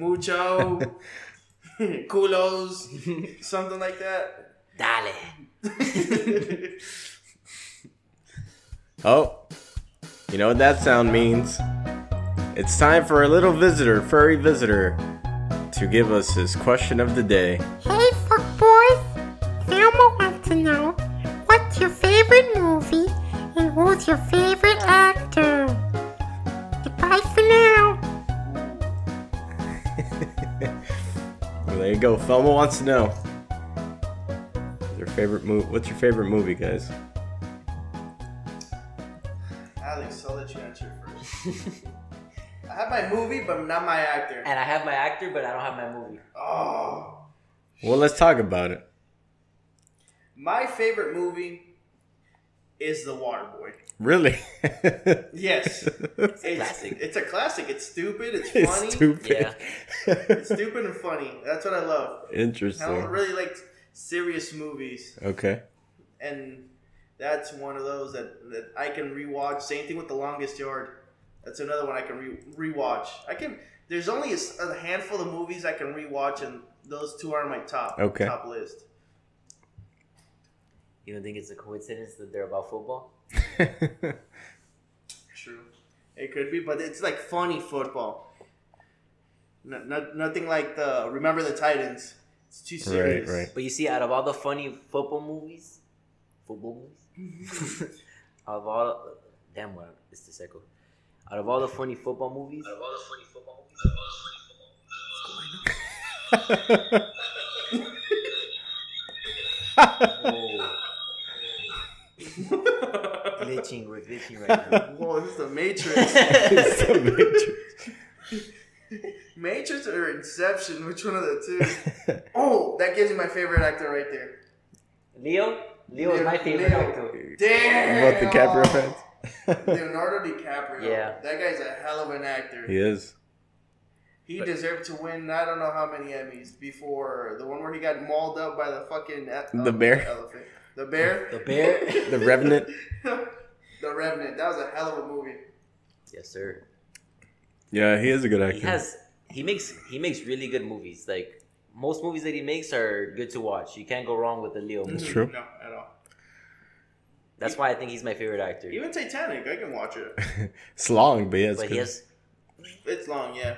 [SPEAKER 4] mucho, culos, something like that.
[SPEAKER 9] Dale.
[SPEAKER 1] Oh, you know what that sound means? It's time for a little visitor, furry visitor, to give us his question of the day.
[SPEAKER 13] Hey, fuck boys! Thelma wants to know what's your favorite movie and who's your favorite actor? Goodbye for now!
[SPEAKER 1] Well, there you go. Thelma wants to know. Your favorite movie? What's your favorite movie, guys?
[SPEAKER 4] Alex, I'll let you answer first. I have my movie, but not my actor.
[SPEAKER 9] And I have my actor, but I don't have my movie.
[SPEAKER 4] Oh,
[SPEAKER 1] Well, let's talk about it.
[SPEAKER 4] my favorite movie is The Waterboy.
[SPEAKER 1] Really?
[SPEAKER 4] Yes, it's,
[SPEAKER 9] classic.
[SPEAKER 4] It's a classic. It's stupid. It's
[SPEAKER 1] It's
[SPEAKER 4] funny.
[SPEAKER 1] stupid.
[SPEAKER 4] it's stupid and funny. That's what I love.
[SPEAKER 1] Interesting.
[SPEAKER 4] I don't really like serious movies.
[SPEAKER 1] Okay.
[SPEAKER 4] and that's one of those that, that I can rewatch. Same thing with The Longest Yard. That's another one I can re- rewatch. I can. There's only a, s- a handful of movies I can rewatch, and those two are on my top
[SPEAKER 1] Okay.
[SPEAKER 4] top list.
[SPEAKER 9] You don't think it's a coincidence that they're about football?
[SPEAKER 4] True, it could be, but it's like funny football. No, no, nothing like the Remember the Titans. It's too serious.
[SPEAKER 9] But you see, out of all the funny football movies, football movies, out of all, damn well, it's the second. Out of all the funny football movies, out of all the funny football movies, glitching, we're glitching right now.
[SPEAKER 4] Whoa, this is the Matrix.
[SPEAKER 9] It's the
[SPEAKER 4] Matrix. or Inception? Which one of the two? Oh, that gives me my favorite actor right there.
[SPEAKER 9] Leo, Leo is my favorite
[SPEAKER 4] Leo.
[SPEAKER 9] actor.
[SPEAKER 4] Damn.
[SPEAKER 1] About the Caprio fans.
[SPEAKER 4] Leonardo DiCaprio.
[SPEAKER 9] Yeah.
[SPEAKER 4] That guy's a hell of an actor.
[SPEAKER 1] He is.
[SPEAKER 4] He deserved to win I don't know how many Emmys before the one where he got mauled up by the fucking e-
[SPEAKER 1] The bear.
[SPEAKER 4] elephant. The bear.
[SPEAKER 9] The bear.
[SPEAKER 1] The Revenant.
[SPEAKER 4] the Revenant. That was a hell of a movie.
[SPEAKER 9] Yes, sir.
[SPEAKER 1] Yeah, he is a good actor.
[SPEAKER 9] He has, he makes, he makes really good movies. Like most movies that he makes are good to watch. You can't go wrong with the Leo.
[SPEAKER 1] That's
[SPEAKER 9] movie.
[SPEAKER 1] true.
[SPEAKER 4] No, at all.
[SPEAKER 9] That's why I think he's my favorite actor.
[SPEAKER 4] Even Titanic, I can watch it.
[SPEAKER 1] It's long, but yeah, it's
[SPEAKER 9] but
[SPEAKER 1] good.
[SPEAKER 9] he has,
[SPEAKER 4] It's long, yeah.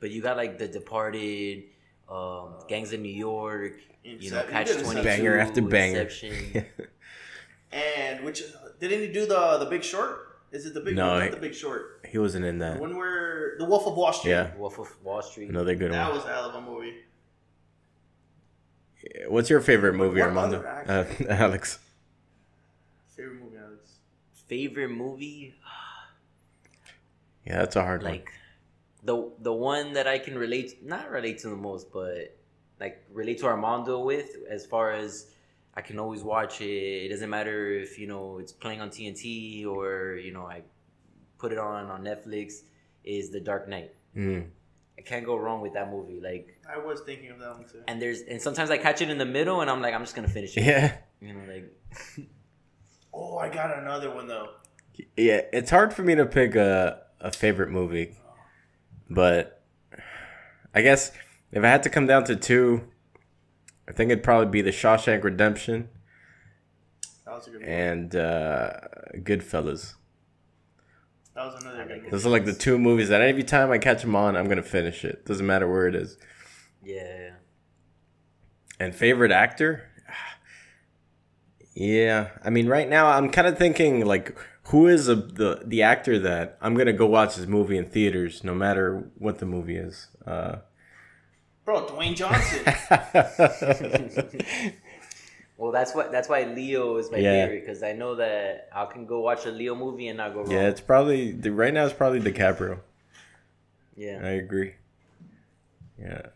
[SPEAKER 9] but you got like The Departed, um, Gangs of New York, you know,
[SPEAKER 4] Inception.
[SPEAKER 9] Catch
[SPEAKER 4] He did
[SPEAKER 9] Twenty Two,
[SPEAKER 1] banger after banger.
[SPEAKER 4] And which didn't he do the the Big Short? Is it the Big?
[SPEAKER 1] No,
[SPEAKER 4] not
[SPEAKER 1] he-
[SPEAKER 4] the Big Short.
[SPEAKER 1] he wasn't in
[SPEAKER 4] The
[SPEAKER 1] that.
[SPEAKER 4] one where the Wolf of Wall Street.
[SPEAKER 1] Yeah.
[SPEAKER 9] Wolf of Wall Street.
[SPEAKER 1] Another good
[SPEAKER 4] That
[SPEAKER 1] one.
[SPEAKER 4] was a hell of a movie.
[SPEAKER 1] What's your favorite movie,
[SPEAKER 4] What
[SPEAKER 1] Armando?
[SPEAKER 4] other
[SPEAKER 1] Uh, Alex.
[SPEAKER 4] Favorite movie, Alex.
[SPEAKER 9] Favorite movie?
[SPEAKER 1] Yeah, that's a hard one.
[SPEAKER 9] like the the one that I can relate not relate to the most, but like relate to Armando with as far as I can always watch it. It doesn't matter if you know it's playing on TNT or you know I put it on on Netflix. Is The Dark Knight?
[SPEAKER 1] Mm.
[SPEAKER 9] I can't go wrong with that movie. Like
[SPEAKER 4] I was thinking of that one too.
[SPEAKER 9] and there's and sometimes I catch it in the middle and I'm like I'm just gonna finish it.
[SPEAKER 1] Yeah.
[SPEAKER 9] You know like
[SPEAKER 4] Oh, I got another one though.
[SPEAKER 1] Yeah, it's hard for me to pick a, a favorite movie, but I guess if I had to come down to two, I think it'd probably be The Shawshank Redemption
[SPEAKER 4] That was a good one.
[SPEAKER 1] and uh, Goodfellas.
[SPEAKER 4] That was another good one.
[SPEAKER 1] Those are like the two movies that every time I catch them on, I'm gonna finish it. Doesn't matter where it is.
[SPEAKER 9] yeah.
[SPEAKER 1] And favorite actor? Yeah, I mean, right now I'm kind of thinking like, who is the, the the actor that I'm gonna go watch his movie in theaters, no matter what the movie is. Uh,
[SPEAKER 4] Bro, Dwayne Johnson.
[SPEAKER 9] Well, that's what that's why Leo is my
[SPEAKER 1] Yeah.
[SPEAKER 9] favorite because I know that I can go watch a Leo movie and not go wrong.
[SPEAKER 1] yeah, it's probably the, right now. It's probably DiCaprio.
[SPEAKER 9] Yeah.
[SPEAKER 1] I agree. Yeah,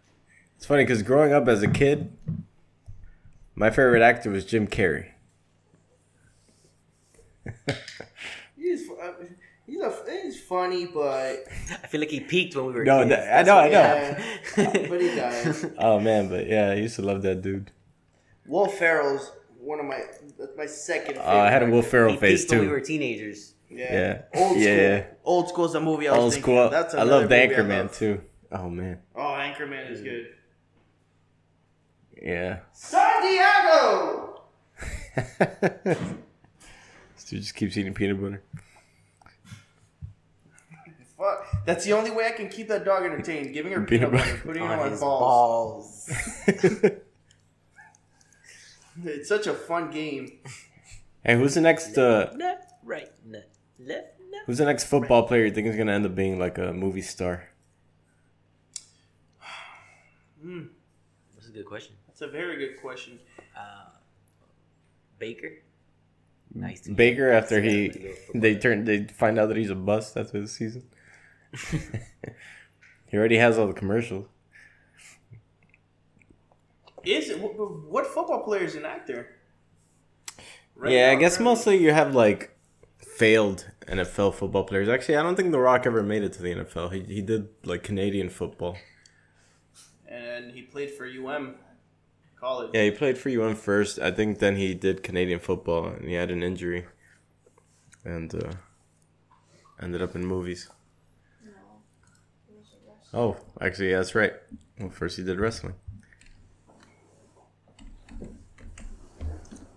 [SPEAKER 1] it's funny because growing up as a kid, my favorite actor was Jim Carrey.
[SPEAKER 4] he's, fu- uh, he's, a, he's funny, but
[SPEAKER 9] I feel like he peaked when we were
[SPEAKER 1] No,
[SPEAKER 9] kids.
[SPEAKER 1] that- I know, I know.
[SPEAKER 4] Yeah, but he died.
[SPEAKER 1] Oh man, but yeah, I used to love that dude.
[SPEAKER 4] Will Ferrell's one of my that's my second. Favorite.
[SPEAKER 1] Uh, I had a Will Ferrell
[SPEAKER 9] He
[SPEAKER 1] face
[SPEAKER 9] peaked when
[SPEAKER 1] too.
[SPEAKER 9] we were teenagers.
[SPEAKER 1] Yeah.
[SPEAKER 4] Old school.
[SPEAKER 1] Yeah.
[SPEAKER 4] Old school's the movie I was
[SPEAKER 1] Old
[SPEAKER 4] thinking.
[SPEAKER 1] school.
[SPEAKER 4] of. That's
[SPEAKER 1] I
[SPEAKER 4] another
[SPEAKER 1] love the
[SPEAKER 4] movie I
[SPEAKER 1] Anchorman
[SPEAKER 4] love.
[SPEAKER 1] too. Oh man.
[SPEAKER 4] Oh, Anchorman is good.
[SPEAKER 1] Yeah.
[SPEAKER 4] San Diego.
[SPEAKER 1] This dude just keeps eating peanut butter.
[SPEAKER 4] Fuck. That's the only way I can keep that dog entertained. Giving her
[SPEAKER 1] Peanut
[SPEAKER 4] peanut
[SPEAKER 1] butter.
[SPEAKER 4] butter, putting
[SPEAKER 9] On
[SPEAKER 4] her on
[SPEAKER 9] his
[SPEAKER 4] balls. it's such a fun game.
[SPEAKER 1] Hey, who's the next uh
[SPEAKER 9] Left, right, left, left. left.
[SPEAKER 1] who's the next football player you think is gonna end up being like a movie star?
[SPEAKER 9] That's a good question.
[SPEAKER 4] That's a very good question.
[SPEAKER 9] Baker. Nice. to
[SPEAKER 1] Baker
[SPEAKER 9] hear.
[SPEAKER 1] after
[SPEAKER 9] That's a
[SPEAKER 1] he
[SPEAKER 9] good football
[SPEAKER 1] they
[SPEAKER 9] player.
[SPEAKER 1] turn they find out that he's a bust after the season. he already has all the commercials.
[SPEAKER 4] Is it what, what football player is an actor? Right
[SPEAKER 1] yeah, I
[SPEAKER 4] now,
[SPEAKER 1] guess
[SPEAKER 4] right?
[SPEAKER 1] mostly you have like failed NFL football players. Actually, I don't think The Rock ever made it to the NFL. He he did like Canadian football.
[SPEAKER 4] And he played for UM college.
[SPEAKER 1] Yeah, he played for UM first. I think then he did Canadian football and he had an injury and uh, ended up in movies. Oh, actually, yeah, that's right. Well, first he did wrestling.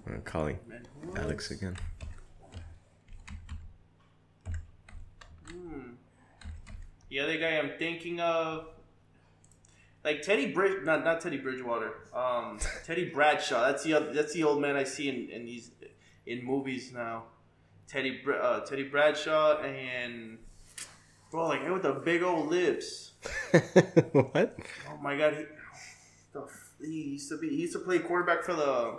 [SPEAKER 1] I'm calling Alex again.
[SPEAKER 4] The other guy I'm thinking of, like Teddy Bridge, not not Teddy Bridgewater, um, Teddy Bradshaw. That's the other, that's the old man I see in, in these in movies now. Teddy Br- uh, Teddy Bradshaw and bro, like guy with the big old lips.
[SPEAKER 1] what?
[SPEAKER 4] Oh my god, he, the, f- he used to be he used to play quarterback for the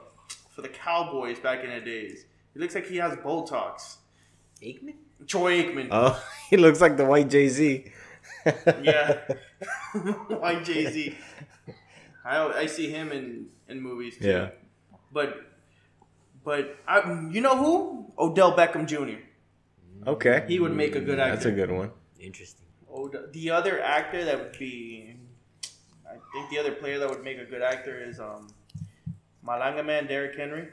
[SPEAKER 4] for the Cowboys back in the days. He looks like he has Botox.
[SPEAKER 9] Aikman.
[SPEAKER 4] Troy Aikman.
[SPEAKER 1] Oh, he looks like the white Jay Z.
[SPEAKER 4] Yeah. Why Jay Z? I I see him in in movies too.
[SPEAKER 1] Yeah.
[SPEAKER 4] But but I, you know who? Odell Beckham Jr.
[SPEAKER 1] Okay.
[SPEAKER 4] He would make a good actor.
[SPEAKER 1] Mm, That's a good one.
[SPEAKER 9] Interesting.
[SPEAKER 4] Od- the other actor that would be, I think the other player that would make a good actor is um, Malanga man Derrick Henry.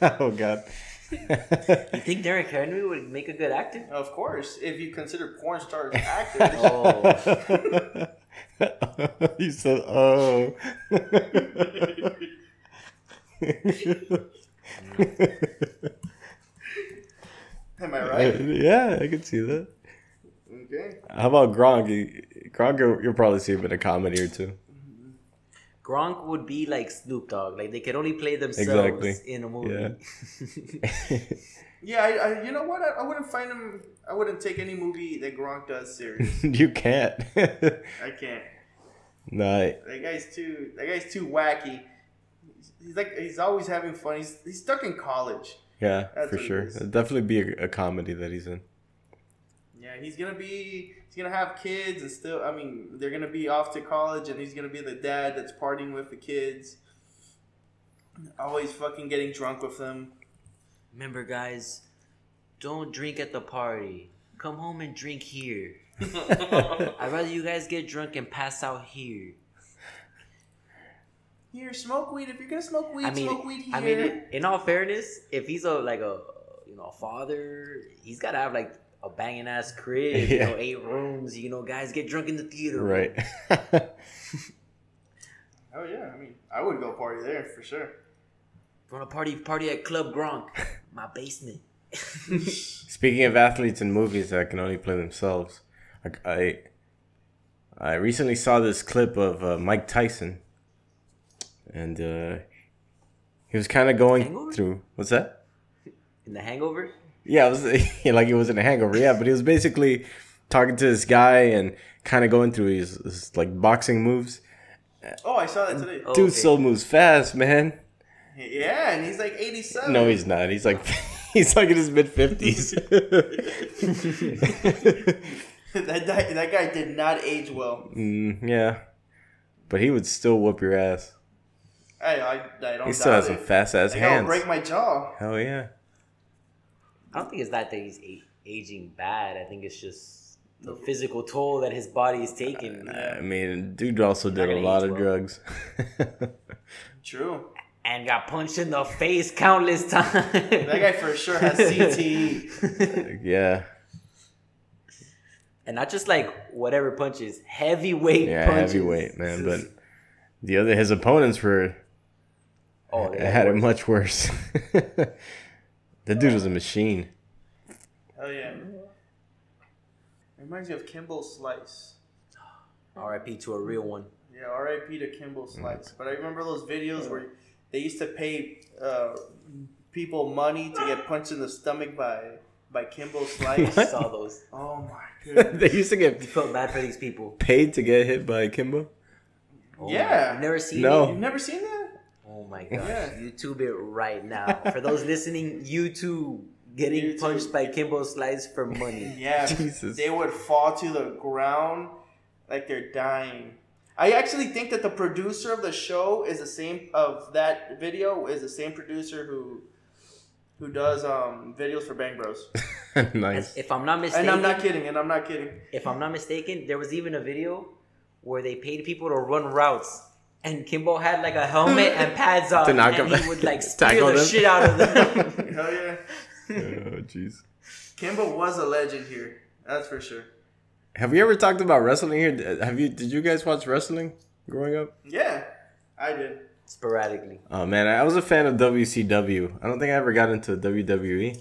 [SPEAKER 1] oh God.
[SPEAKER 9] You think Derrick Henry would make a good actor?
[SPEAKER 4] Of course, if you consider porn stars actors.
[SPEAKER 9] Oh,
[SPEAKER 1] you said oh.
[SPEAKER 4] Am I right?
[SPEAKER 1] yeah, I could see that.
[SPEAKER 4] Okay.
[SPEAKER 1] How about Gronk? You- Gronk, you'll, you'll probably see him in a comedy or two.
[SPEAKER 9] Gronk would be like Snoop Dogg. Like they could only play themselves
[SPEAKER 1] Exactly.
[SPEAKER 9] in a movie.
[SPEAKER 4] Yeah, I, I, you know what? I, I wouldn't find him. I wouldn't take any movie that Gronk does serious.
[SPEAKER 1] you can't.
[SPEAKER 4] I can't.
[SPEAKER 1] no,
[SPEAKER 4] That guy's too. That guy's too wacky. He's- He's like he's always having fun. He's, he's stuck in college.
[SPEAKER 1] yeah,
[SPEAKER 4] That's
[SPEAKER 1] for
[SPEAKER 4] what it
[SPEAKER 1] sure.
[SPEAKER 4] is.
[SPEAKER 1] It'd definitely be a, a comedy that he's in.
[SPEAKER 4] Yeah, he's gonna be he's gonna have kids and still I mean, they're gonna be off to college and he's gonna be the dad that's partying with the kids. Always fucking getting drunk with them.
[SPEAKER 9] Remember, guys, don't drink at the party. Come home and drink here. I'd rather you guys get drunk and pass out here.
[SPEAKER 4] Here, smoke weed. If you're gonna smoke weed,
[SPEAKER 9] I mean,
[SPEAKER 4] smoke weed here.
[SPEAKER 9] I mean, in all fairness, if he's a like a you know a father, he's gotta have like a banging ass crib, you
[SPEAKER 1] Yeah.
[SPEAKER 9] know, eight rooms. You know, guys get drunk in the theater,
[SPEAKER 1] Right.
[SPEAKER 4] oh yeah, I mean, I would go party there for sure.
[SPEAKER 9] Want to party? Party at Club Gronk, my basement.
[SPEAKER 1] Speaking of athletes in movies that can only play themselves, I I, I recently saw this clip of uh, Mike Tyson, and uh, he was kind of going through. What's that?
[SPEAKER 9] In the Hangover,
[SPEAKER 1] Yeah, it was like he was in a hangover. Yeah, but he was basically talking to this guy and kind of going through his, his, like boxing moves.
[SPEAKER 4] Oh, I saw that today.
[SPEAKER 1] Dude still moves fast, man.
[SPEAKER 4] Yeah, and he's like 87.
[SPEAKER 1] No, he's not. He's like he's like in his mid fifties.
[SPEAKER 4] that, that that guy did not age well.
[SPEAKER 1] mm, yeah, but he would still whoop your ass.
[SPEAKER 4] I I, I don't.
[SPEAKER 1] He still has
[SPEAKER 4] doubt
[SPEAKER 1] some
[SPEAKER 4] it.
[SPEAKER 1] fast-ass
[SPEAKER 4] Like, I'll
[SPEAKER 1] hands.
[SPEAKER 4] break my jaw.
[SPEAKER 1] Hell yeah.
[SPEAKER 9] I don't think it's not that he's a- aging bad. I think it's just the physical toll that his body is taking.
[SPEAKER 1] I mean, dude also did a
[SPEAKER 9] gonna
[SPEAKER 1] lot
[SPEAKER 9] age
[SPEAKER 1] of drugs.
[SPEAKER 4] True.
[SPEAKER 9] And got punched in the face countless times. that
[SPEAKER 4] guy for sure has E. CTE.
[SPEAKER 1] yeah.
[SPEAKER 9] and not just like whatever punches, heavyweight
[SPEAKER 1] yeah,
[SPEAKER 9] punches.
[SPEAKER 1] heavyweight man. But the other his opponents were
[SPEAKER 9] Oh, yeah.
[SPEAKER 1] had it much worse. the dude was a machine.
[SPEAKER 4] Hell yeah. Reminds me of Kimball Slice.
[SPEAKER 9] R.I.P. to a real one.
[SPEAKER 4] Yeah, R.I.P. to Kimball Slice. But I remember those videos where they used to pay uh, people money to get punched in the stomach by by Kimball Slice.
[SPEAKER 1] What?
[SPEAKER 9] Saw those.
[SPEAKER 4] Oh my goodness.
[SPEAKER 1] they used to get
[SPEAKER 9] felt bad for these people.
[SPEAKER 1] Paid to get hit by Kimbo.
[SPEAKER 4] yeah.
[SPEAKER 9] You've never seen
[SPEAKER 1] No.
[SPEAKER 9] it?
[SPEAKER 4] You've never seen that?
[SPEAKER 9] Oh my gosh.
[SPEAKER 4] Yeah.
[SPEAKER 9] YouTube it right now. For those listening, YouTube getting punched by Kimbo Slice for money.
[SPEAKER 4] Yeah, they would fall to the ground like they're dying. I actually think that the producer of the show is the same of that video is the same producer who who does um, videos for Bang Bros.
[SPEAKER 1] nice.
[SPEAKER 9] If I'm not mistaken,
[SPEAKER 4] And I'm not kidding. And I'm not kidding.
[SPEAKER 9] If I'm not mistaken, there was even a video where they paid people to run routes, and Kimbo had like a helmet and pads on,
[SPEAKER 1] To knock
[SPEAKER 9] and
[SPEAKER 1] them-
[SPEAKER 9] he would like spear
[SPEAKER 1] tackle
[SPEAKER 9] the
[SPEAKER 1] them.
[SPEAKER 9] shit out of them.
[SPEAKER 4] Hell yeah,
[SPEAKER 1] Oh jeez.
[SPEAKER 4] Kimbo was a legend here. That's for sure.
[SPEAKER 1] Have we ever talked about wrestling here? Have you? Did you guys watch wrestling growing up?
[SPEAKER 4] Yeah, I did.
[SPEAKER 9] Sporadically.
[SPEAKER 1] Oh man, I was a fan of WCW. I don't think I ever got into E. WWE.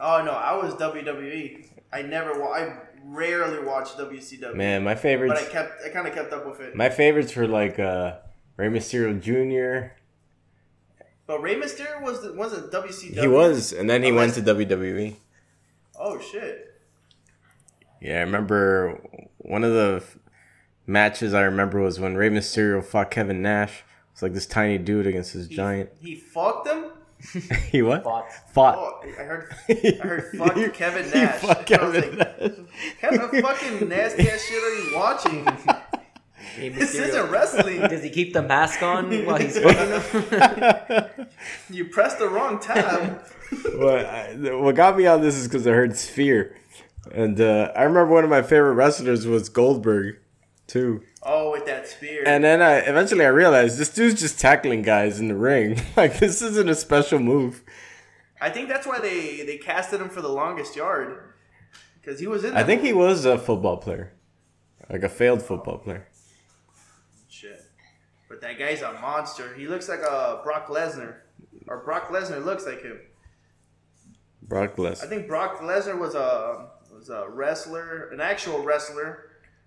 [SPEAKER 4] Oh no, I was WWE. I never. Wa- I rarely watched WCW.
[SPEAKER 1] Man, my favorites-
[SPEAKER 4] But I kept. I kind of kept up with it.
[SPEAKER 1] My favorites were like uh, Rey Mysterio Jr.
[SPEAKER 4] But Rey Mysterio was the, wasn't WCW.
[SPEAKER 1] He was, and then he went to E. WWE.
[SPEAKER 4] Oh shit.
[SPEAKER 1] Yeah, I remember one of the f- matches I remember was when Rey Mysterio fought Kevin Nash. It's like this tiny dude against this giant.
[SPEAKER 4] He fucked him.
[SPEAKER 1] he what? Fought.
[SPEAKER 4] Oh, I heard. I heard. Fuck Kevin Nash.
[SPEAKER 1] He fought
[SPEAKER 4] I was
[SPEAKER 1] Kevin Nash.
[SPEAKER 4] like, kind of fucking nasty ass shit are you watching? This isn't wrestling.
[SPEAKER 9] Does he keep the mask on while he's fucking them?
[SPEAKER 4] you pressed the wrong tab.
[SPEAKER 1] what, I, what got me on this is because I heard Sphere. And uh, I remember one of my favorite wrestlers was Goldberg, too.
[SPEAKER 4] Oh, with that spear.
[SPEAKER 1] And then I eventually I realized this dude's just tackling guys in the ring. Like this isn't a special move.
[SPEAKER 4] I think that's why they they casted him for the longest yard because he was in.
[SPEAKER 1] I
[SPEAKER 4] that
[SPEAKER 1] think he was a football player, like a failed football player.
[SPEAKER 4] Shit. But that guy's a monster. He looks like a Brock Lesnar, or Brock Lesnar looks like him.
[SPEAKER 1] Brock
[SPEAKER 4] I
[SPEAKER 1] Lesnar.
[SPEAKER 4] think Brock Lesnar was a was a wrestler, an actual wrestler,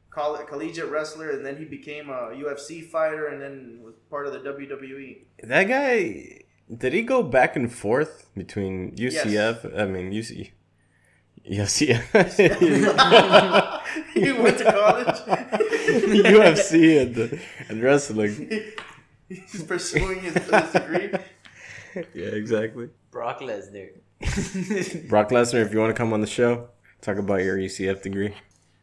[SPEAKER 4] call it collegiate wrestler, and then he became a UFC fighter, and then was part of the E. WWE.
[SPEAKER 1] That guy did he go back and forth between UCF? I mean UC. UCF.
[SPEAKER 4] he went to college.
[SPEAKER 1] UFC and, the, and wrestling.
[SPEAKER 4] He's pursuing his, his degree.
[SPEAKER 1] Yeah, exactly.
[SPEAKER 9] Brock Lesnar.
[SPEAKER 1] Brock Lesnar, if you want to come on the show, Talk about your UCF degree.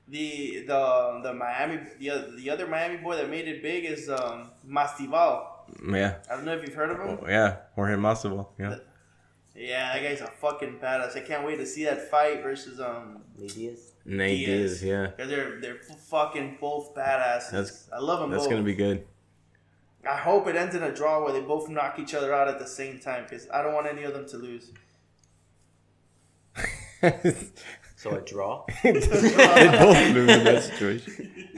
[SPEAKER 4] The the the Miami the other, the other Miami boy that made it big is um, Mastival.
[SPEAKER 1] Yeah.
[SPEAKER 4] I don't know if you've heard of him.
[SPEAKER 1] Oh, yeah. Jorge Masvidal. Yeah.
[SPEAKER 4] Yeah, that guy's a fucking badass. I can't wait to see that fight versus um
[SPEAKER 9] Diaz.
[SPEAKER 1] Nate Diaz, yeah.
[SPEAKER 4] Cause they're they're fucking both badasses.
[SPEAKER 1] That's
[SPEAKER 4] I love them
[SPEAKER 1] That's
[SPEAKER 4] both.
[SPEAKER 1] gonna be good.
[SPEAKER 4] I hope it ends in a draw where they both knock each other out at the same time because I don't want any of them to lose.
[SPEAKER 9] So a draw.
[SPEAKER 1] they both lose in that situation.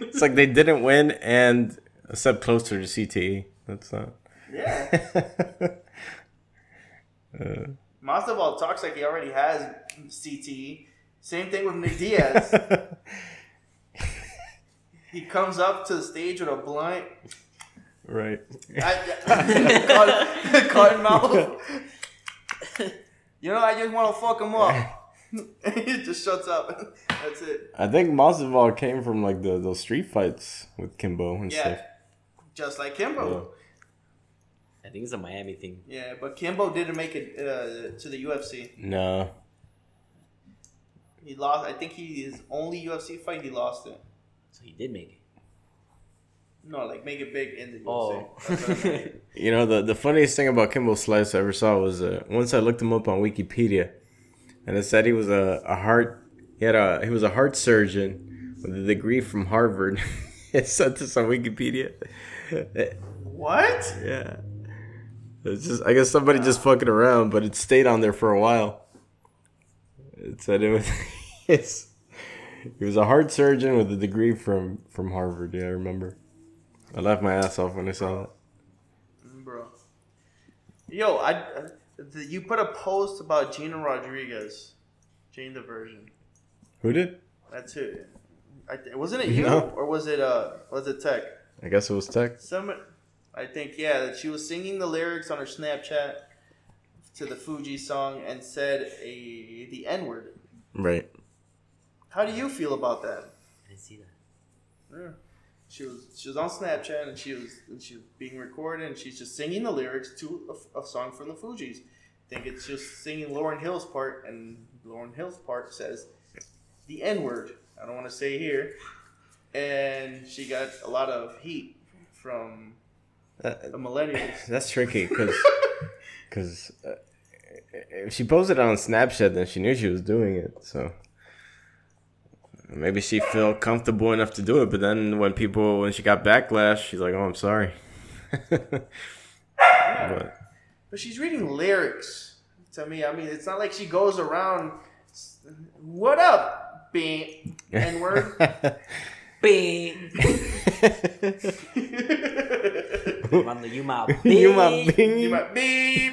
[SPEAKER 1] it's like they didn't win and a step closer to CTE. That's not.
[SPEAKER 4] Yeah.
[SPEAKER 1] Uh,
[SPEAKER 4] Masvidal talks like he already has CTE. Same thing with Nick Diaz. he comes up to the stage with a blunt.
[SPEAKER 1] right.
[SPEAKER 4] I, cotton, cotton mouth. you know, I just want to fuck him up. he just shuts up. That's it.
[SPEAKER 1] I think Masvidal came from like the those street fights with Kimbo and
[SPEAKER 4] Yeah,
[SPEAKER 1] stuff.
[SPEAKER 4] just like Kimbo.
[SPEAKER 9] I think it's a Miami thing.
[SPEAKER 4] Yeah, but Kimbo didn't make it uh, to the UFC.
[SPEAKER 1] No.
[SPEAKER 4] He lost. I think he his only UFC fight he lost it.
[SPEAKER 9] So he did make it.
[SPEAKER 4] No, like make it big in the UFC.
[SPEAKER 9] Oh.
[SPEAKER 4] That's what I meant.
[SPEAKER 1] You know the the funniest thing about Kimbo Slice I ever saw was uh, once I looked him up on Wikipedia, and it said he was a, a heart he had a he was a heart surgeon with a degree from Harvard. it said this on Wikipedia.
[SPEAKER 4] what?
[SPEAKER 1] Yeah. It's just I guess somebody just fucking around, but it stayed on there for a while. It said it was it's he was a heart surgeon with a degree from from Harvard. Yeah, I remember. I laughed my ass off when I saw that.
[SPEAKER 4] bro. Yo, I, I th- you put a post about Gina Rodriguez, Jane the Virgin.
[SPEAKER 1] Who did?
[SPEAKER 4] That's who. I th- wasn't it you
[SPEAKER 1] No.
[SPEAKER 4] or was it uh was it Tech?
[SPEAKER 1] I guess it was Tech.
[SPEAKER 4] Some, I think yeah that she was singing the lyrics on her Snapchat to the Fuji song and said a the N word.
[SPEAKER 1] Right.
[SPEAKER 4] How do you feel about that?
[SPEAKER 9] I didn't see that.
[SPEAKER 4] Yeah. She was she was on Snapchat and she was and she was being recorded and she's just singing the lyrics to a, a song from the Fugees. I think it's just singing Lauren Hill's part and Lauren Hill's part says the N word. I don't want to say here, and she got a lot of heat from the millennials.
[SPEAKER 1] That's tricky because uh, if she posted it on Snapchat, then she knew she was doing it. So maybe she felt comfortable enough to do it. But then when people when she got backlash, she's like, "Oh, I'm sorry." but
[SPEAKER 4] But she's reading lyrics to me. I mean, it's not like she goes around. What up, Bing? N word.
[SPEAKER 9] Bing. Mando, you my bing.
[SPEAKER 1] You my bing.
[SPEAKER 4] You my beep.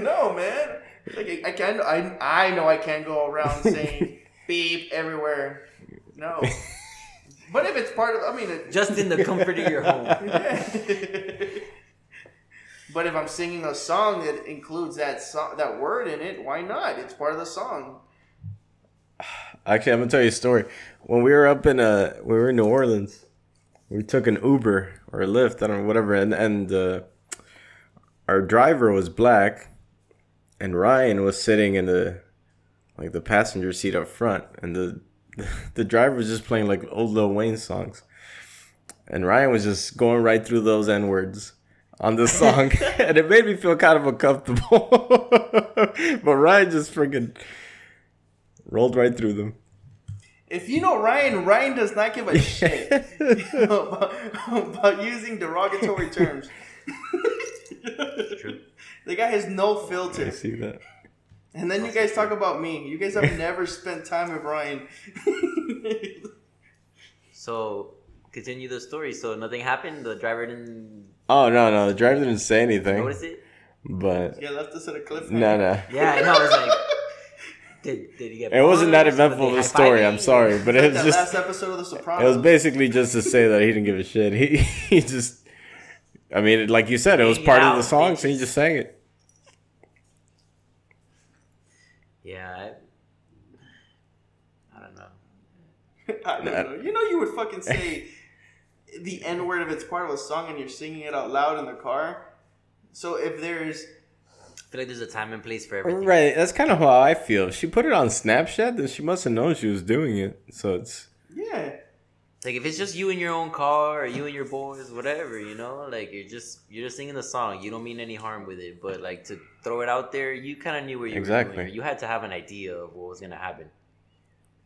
[SPEAKER 4] no, man. Like I, I can I I know I can't go around saying beep everywhere. No. But if it's part of, I mean, it,
[SPEAKER 9] Just in the comfort of your home.
[SPEAKER 4] but if I'm singing a song that includes that song, that word in it, why not? It's part of the song.
[SPEAKER 1] actually, I'm gonna tell you a story. When we were up in uh, we were in New Orleans. We took an Uber or a Lyft, I don't know, whatever, and and uh, our driver was black, and Ryan was sitting in the like the passenger seat up front, and the the driver was just playing like old Lil Wayne songs, and Ryan was just going right through those n words on the song, and it made me feel kind of uncomfortable. but Ryan just freaking rolled right through them.
[SPEAKER 4] If you know Ryan, Ryan does not give a shit about, about using derogatory terms. the guy has no filter.
[SPEAKER 1] I see that.
[SPEAKER 4] And then you guys talk about me. You guys have never spent time with Ryan.
[SPEAKER 9] So continue the story. So nothing happened. The driver didn't
[SPEAKER 1] Oh no, no, the driver didn't say anything.
[SPEAKER 9] notice it.
[SPEAKER 1] But
[SPEAKER 4] You left us at a cliffhanger.
[SPEAKER 1] No, no.
[SPEAKER 9] Yeah, I know. I was like, did, did he get?
[SPEAKER 1] it wasn't that
[SPEAKER 9] punched?
[SPEAKER 1] eventful of
[SPEAKER 9] Did
[SPEAKER 1] a
[SPEAKER 9] they
[SPEAKER 1] story.
[SPEAKER 9] high-five
[SPEAKER 1] I'm
[SPEAKER 9] me?
[SPEAKER 1] sorry, but it was
[SPEAKER 4] that
[SPEAKER 1] just
[SPEAKER 4] last episode of The
[SPEAKER 1] it was
[SPEAKER 4] Sopranos.
[SPEAKER 1] basically just to say that he didn't give a shit. He he just, I mean, it- like you said, it was
[SPEAKER 9] Hang it
[SPEAKER 1] part of
[SPEAKER 9] out,
[SPEAKER 1] the song, so he just sang it.
[SPEAKER 9] Yeah. I, I don't know.
[SPEAKER 4] I don't know. You know, you would fucking say the N word if it's part of a song and you're singing it out loud in the car. So if there's
[SPEAKER 9] feel like there's a time and place for everything.
[SPEAKER 1] Right, that's kind of how I feel. If she put it on Snapchat, then she must have known she was doing it. So it's
[SPEAKER 9] Yeah. Like if it's just you in your own car or you and your boys, whatever, you know, like you're just you're just singing the song. You don't mean any harm with it, but like to throw it out there, you kind of knew where you
[SPEAKER 1] Exactly.
[SPEAKER 9] were going. You had to have an idea of what was gonna happen.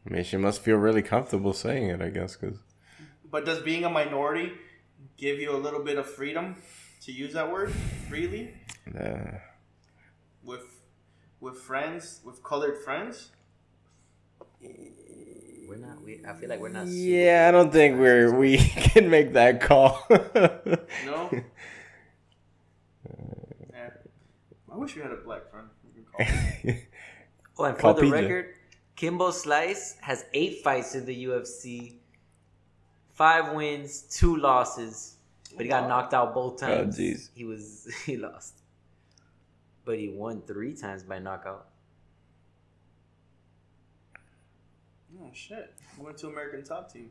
[SPEAKER 1] I mean, she must feel really comfortable saying it, I guess, because
[SPEAKER 4] But does being a minority give you a little bit of freedom to use that word freely
[SPEAKER 1] uh,
[SPEAKER 4] with with friends, with colored friends?
[SPEAKER 9] We're not. We, I feel like we're not.
[SPEAKER 1] yeah, I don't think we're we can make that call.
[SPEAKER 4] No. Yeah. I wish we had a black friend. we could call him.
[SPEAKER 9] Oh, and for
[SPEAKER 1] Call
[SPEAKER 9] the
[SPEAKER 1] PJ.
[SPEAKER 9] record, Kimbo Slice has eight fights in the UFC, five wins, two losses, but he got knocked out both
[SPEAKER 1] Oh,
[SPEAKER 9] times.
[SPEAKER 1] jeez.
[SPEAKER 9] he was he lost, but he won three times by knockout.
[SPEAKER 4] oh shit! He went to American Top Team.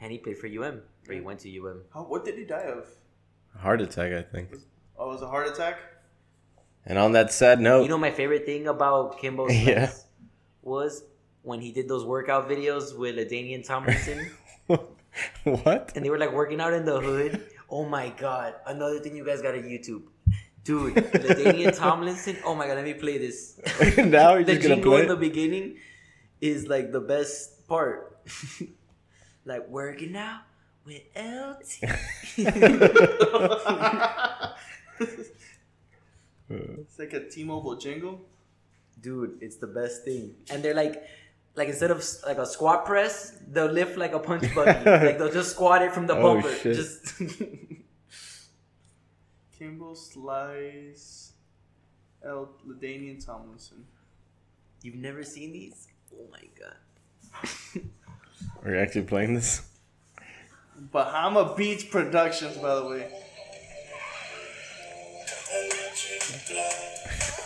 [SPEAKER 9] And he played for UM, or he went to UM.
[SPEAKER 4] How, what did he die of?
[SPEAKER 1] Heart attack, I think.
[SPEAKER 4] Oh, it was a heart attack.
[SPEAKER 1] And on that sad note,
[SPEAKER 9] You know, my favorite thing about Kimbo Slice
[SPEAKER 1] Oh. Yeah.
[SPEAKER 9] was when he did those workout videos with Adanian Tomlinson,
[SPEAKER 1] what?
[SPEAKER 9] and they were like working out in the hood. Oh my god! Another thing you guys got on YouTube, dude. Adanian Tomlinson. Oh my god! Let me play this.
[SPEAKER 1] now you're
[SPEAKER 9] the
[SPEAKER 1] just gonna
[SPEAKER 9] jingle
[SPEAKER 1] play
[SPEAKER 9] in the
[SPEAKER 1] it?
[SPEAKER 9] beginning is like the best part. like working out with LT.
[SPEAKER 4] It's like a T-Mobile jingle.
[SPEAKER 9] dude it's the best thing and they're like like instead of s- like a squat press they'll lift like a punch buggy like they'll just squat it from the
[SPEAKER 1] Oh,
[SPEAKER 9] bumper
[SPEAKER 1] shit.
[SPEAKER 9] just
[SPEAKER 4] Kimbo Slice, El Ladanian Tomlinson.
[SPEAKER 9] You've never seen these? Oh my god.
[SPEAKER 1] Are you actually playing this?
[SPEAKER 4] Bahama Beach Productions, by the way.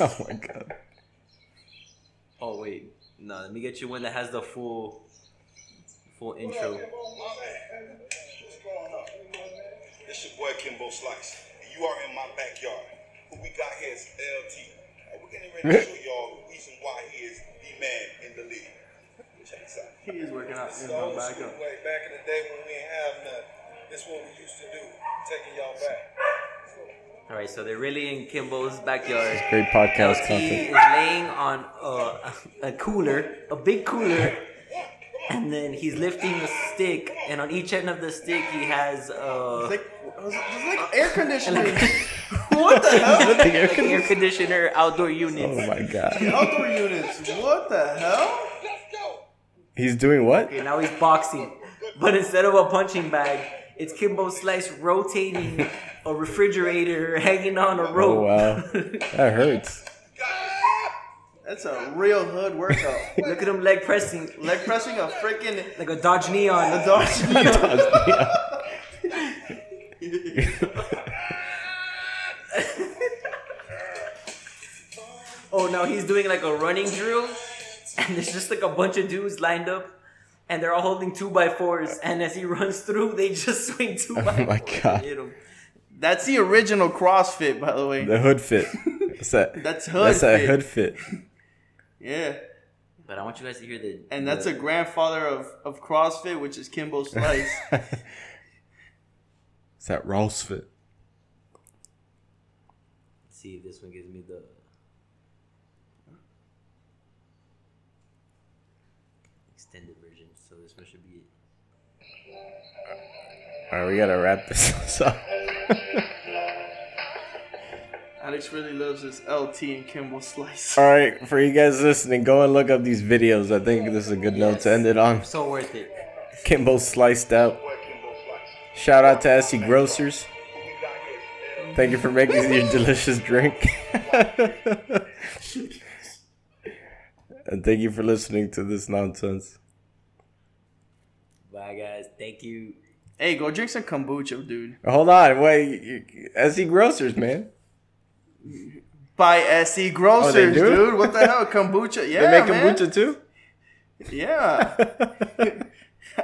[SPEAKER 1] Oh my god.
[SPEAKER 9] oh wait no let me get you one that has the full full intro
[SPEAKER 14] This your boy Kimbo Slice, and you are in my backyard. Who we got here is LT. And we're getting ready to show y'all the reason why he is the man in the league. Check this out.
[SPEAKER 4] He is working out
[SPEAKER 14] This
[SPEAKER 4] in
[SPEAKER 14] is
[SPEAKER 4] the
[SPEAKER 14] old
[SPEAKER 4] back
[SPEAKER 14] school
[SPEAKER 4] up.
[SPEAKER 14] way. Back in the day when we didn't have nothing, this is what we used to do. Taking y'all back.
[SPEAKER 9] all right so they're really in kimbo's backyard
[SPEAKER 1] It's great podcast
[SPEAKER 9] LT
[SPEAKER 1] content.
[SPEAKER 9] is laying on a, a cooler a big cooler and then he's lifting a stick and on each end of the stick he has uh
[SPEAKER 4] It's like, it's like air conditioning.
[SPEAKER 9] What the
[SPEAKER 4] hell?
[SPEAKER 9] air, conditioner, outdoor units.
[SPEAKER 1] Oh my god.
[SPEAKER 4] Outdoor units. What the hell?
[SPEAKER 1] He's doing what?
[SPEAKER 9] Okay, now he's boxing, but instead of a punching bag, it's Kimbo Slice rotating a refrigerator, hanging on a rope.
[SPEAKER 1] Oh wow. That hurts.
[SPEAKER 4] That's a real hood workout.
[SPEAKER 9] Look at him leg pressing.
[SPEAKER 4] Leg pressing a freaking
[SPEAKER 9] like a Dodge Neon.
[SPEAKER 4] A Dodge Neon.
[SPEAKER 9] oh, now he's doing like a running drill, and there's just like a bunch of dudes lined up, and they're all holding two by fours. And as he runs through, they just swing two by
[SPEAKER 1] Oh my
[SPEAKER 9] fours
[SPEAKER 1] God.
[SPEAKER 9] and hit him.
[SPEAKER 4] That's the original CrossFit, by the way.
[SPEAKER 1] The hood fit. That's that.
[SPEAKER 4] That's
[SPEAKER 1] That's that
[SPEAKER 4] hood
[SPEAKER 1] hood fit.
[SPEAKER 4] Yeah.
[SPEAKER 9] But I want you guys to hear the.
[SPEAKER 4] And that's
[SPEAKER 9] the-
[SPEAKER 4] a grandfather of, of CrossFit, which is Kimbo Slice.
[SPEAKER 1] It's that Ross fit.
[SPEAKER 9] see if this one gives me the. Extended version, so this one should be.
[SPEAKER 1] All right, we gotta wrap this up.
[SPEAKER 4] Alex really loves this LT and Kimbo Slice.
[SPEAKER 1] All right, for you guys listening, go and look up these videos. I think this is a good note to end it on.
[SPEAKER 9] So worth it.
[SPEAKER 1] Kimbo sliced out. Shout out to SC Grocers. Thank you for making your delicious drink. and thank you for listening to this nonsense.
[SPEAKER 9] Bye, guys. Thank you.
[SPEAKER 4] Hey, go drink some kombucha, dude.
[SPEAKER 1] Hold on, wait. you- SC Grocers, man.
[SPEAKER 4] By SE E Grocers,
[SPEAKER 1] Oh, they do?
[SPEAKER 4] dude. What the hell? Kombucha. Yeah,
[SPEAKER 1] they make
[SPEAKER 4] man.
[SPEAKER 1] kombucha too?
[SPEAKER 4] Yeah.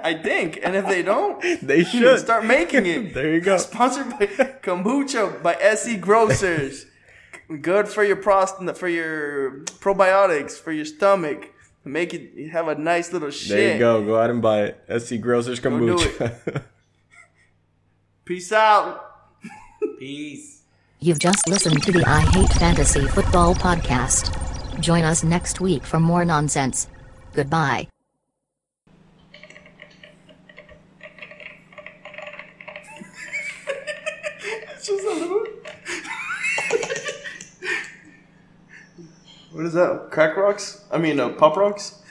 [SPEAKER 4] I think. And if they don't,
[SPEAKER 1] They
[SPEAKER 4] Hmm,
[SPEAKER 1] should.
[SPEAKER 4] start making it.
[SPEAKER 1] There you go.
[SPEAKER 4] Sponsored by Kombucha by SE E Grocers. Good for your prostate, for your probiotics, for your stomach. Make it you have a nice little shit.
[SPEAKER 1] There you go. Go out and buy it. SC Grocers
[SPEAKER 4] do
[SPEAKER 1] Kombucha.
[SPEAKER 4] Peace out.
[SPEAKER 9] Peace.
[SPEAKER 8] You've just listened to the I Hate Fantasy Football podcast. Join us next week for more nonsense. Goodbye.
[SPEAKER 4] It's just a little. what is that? Crack rocks? I mean, uh, pop rocks?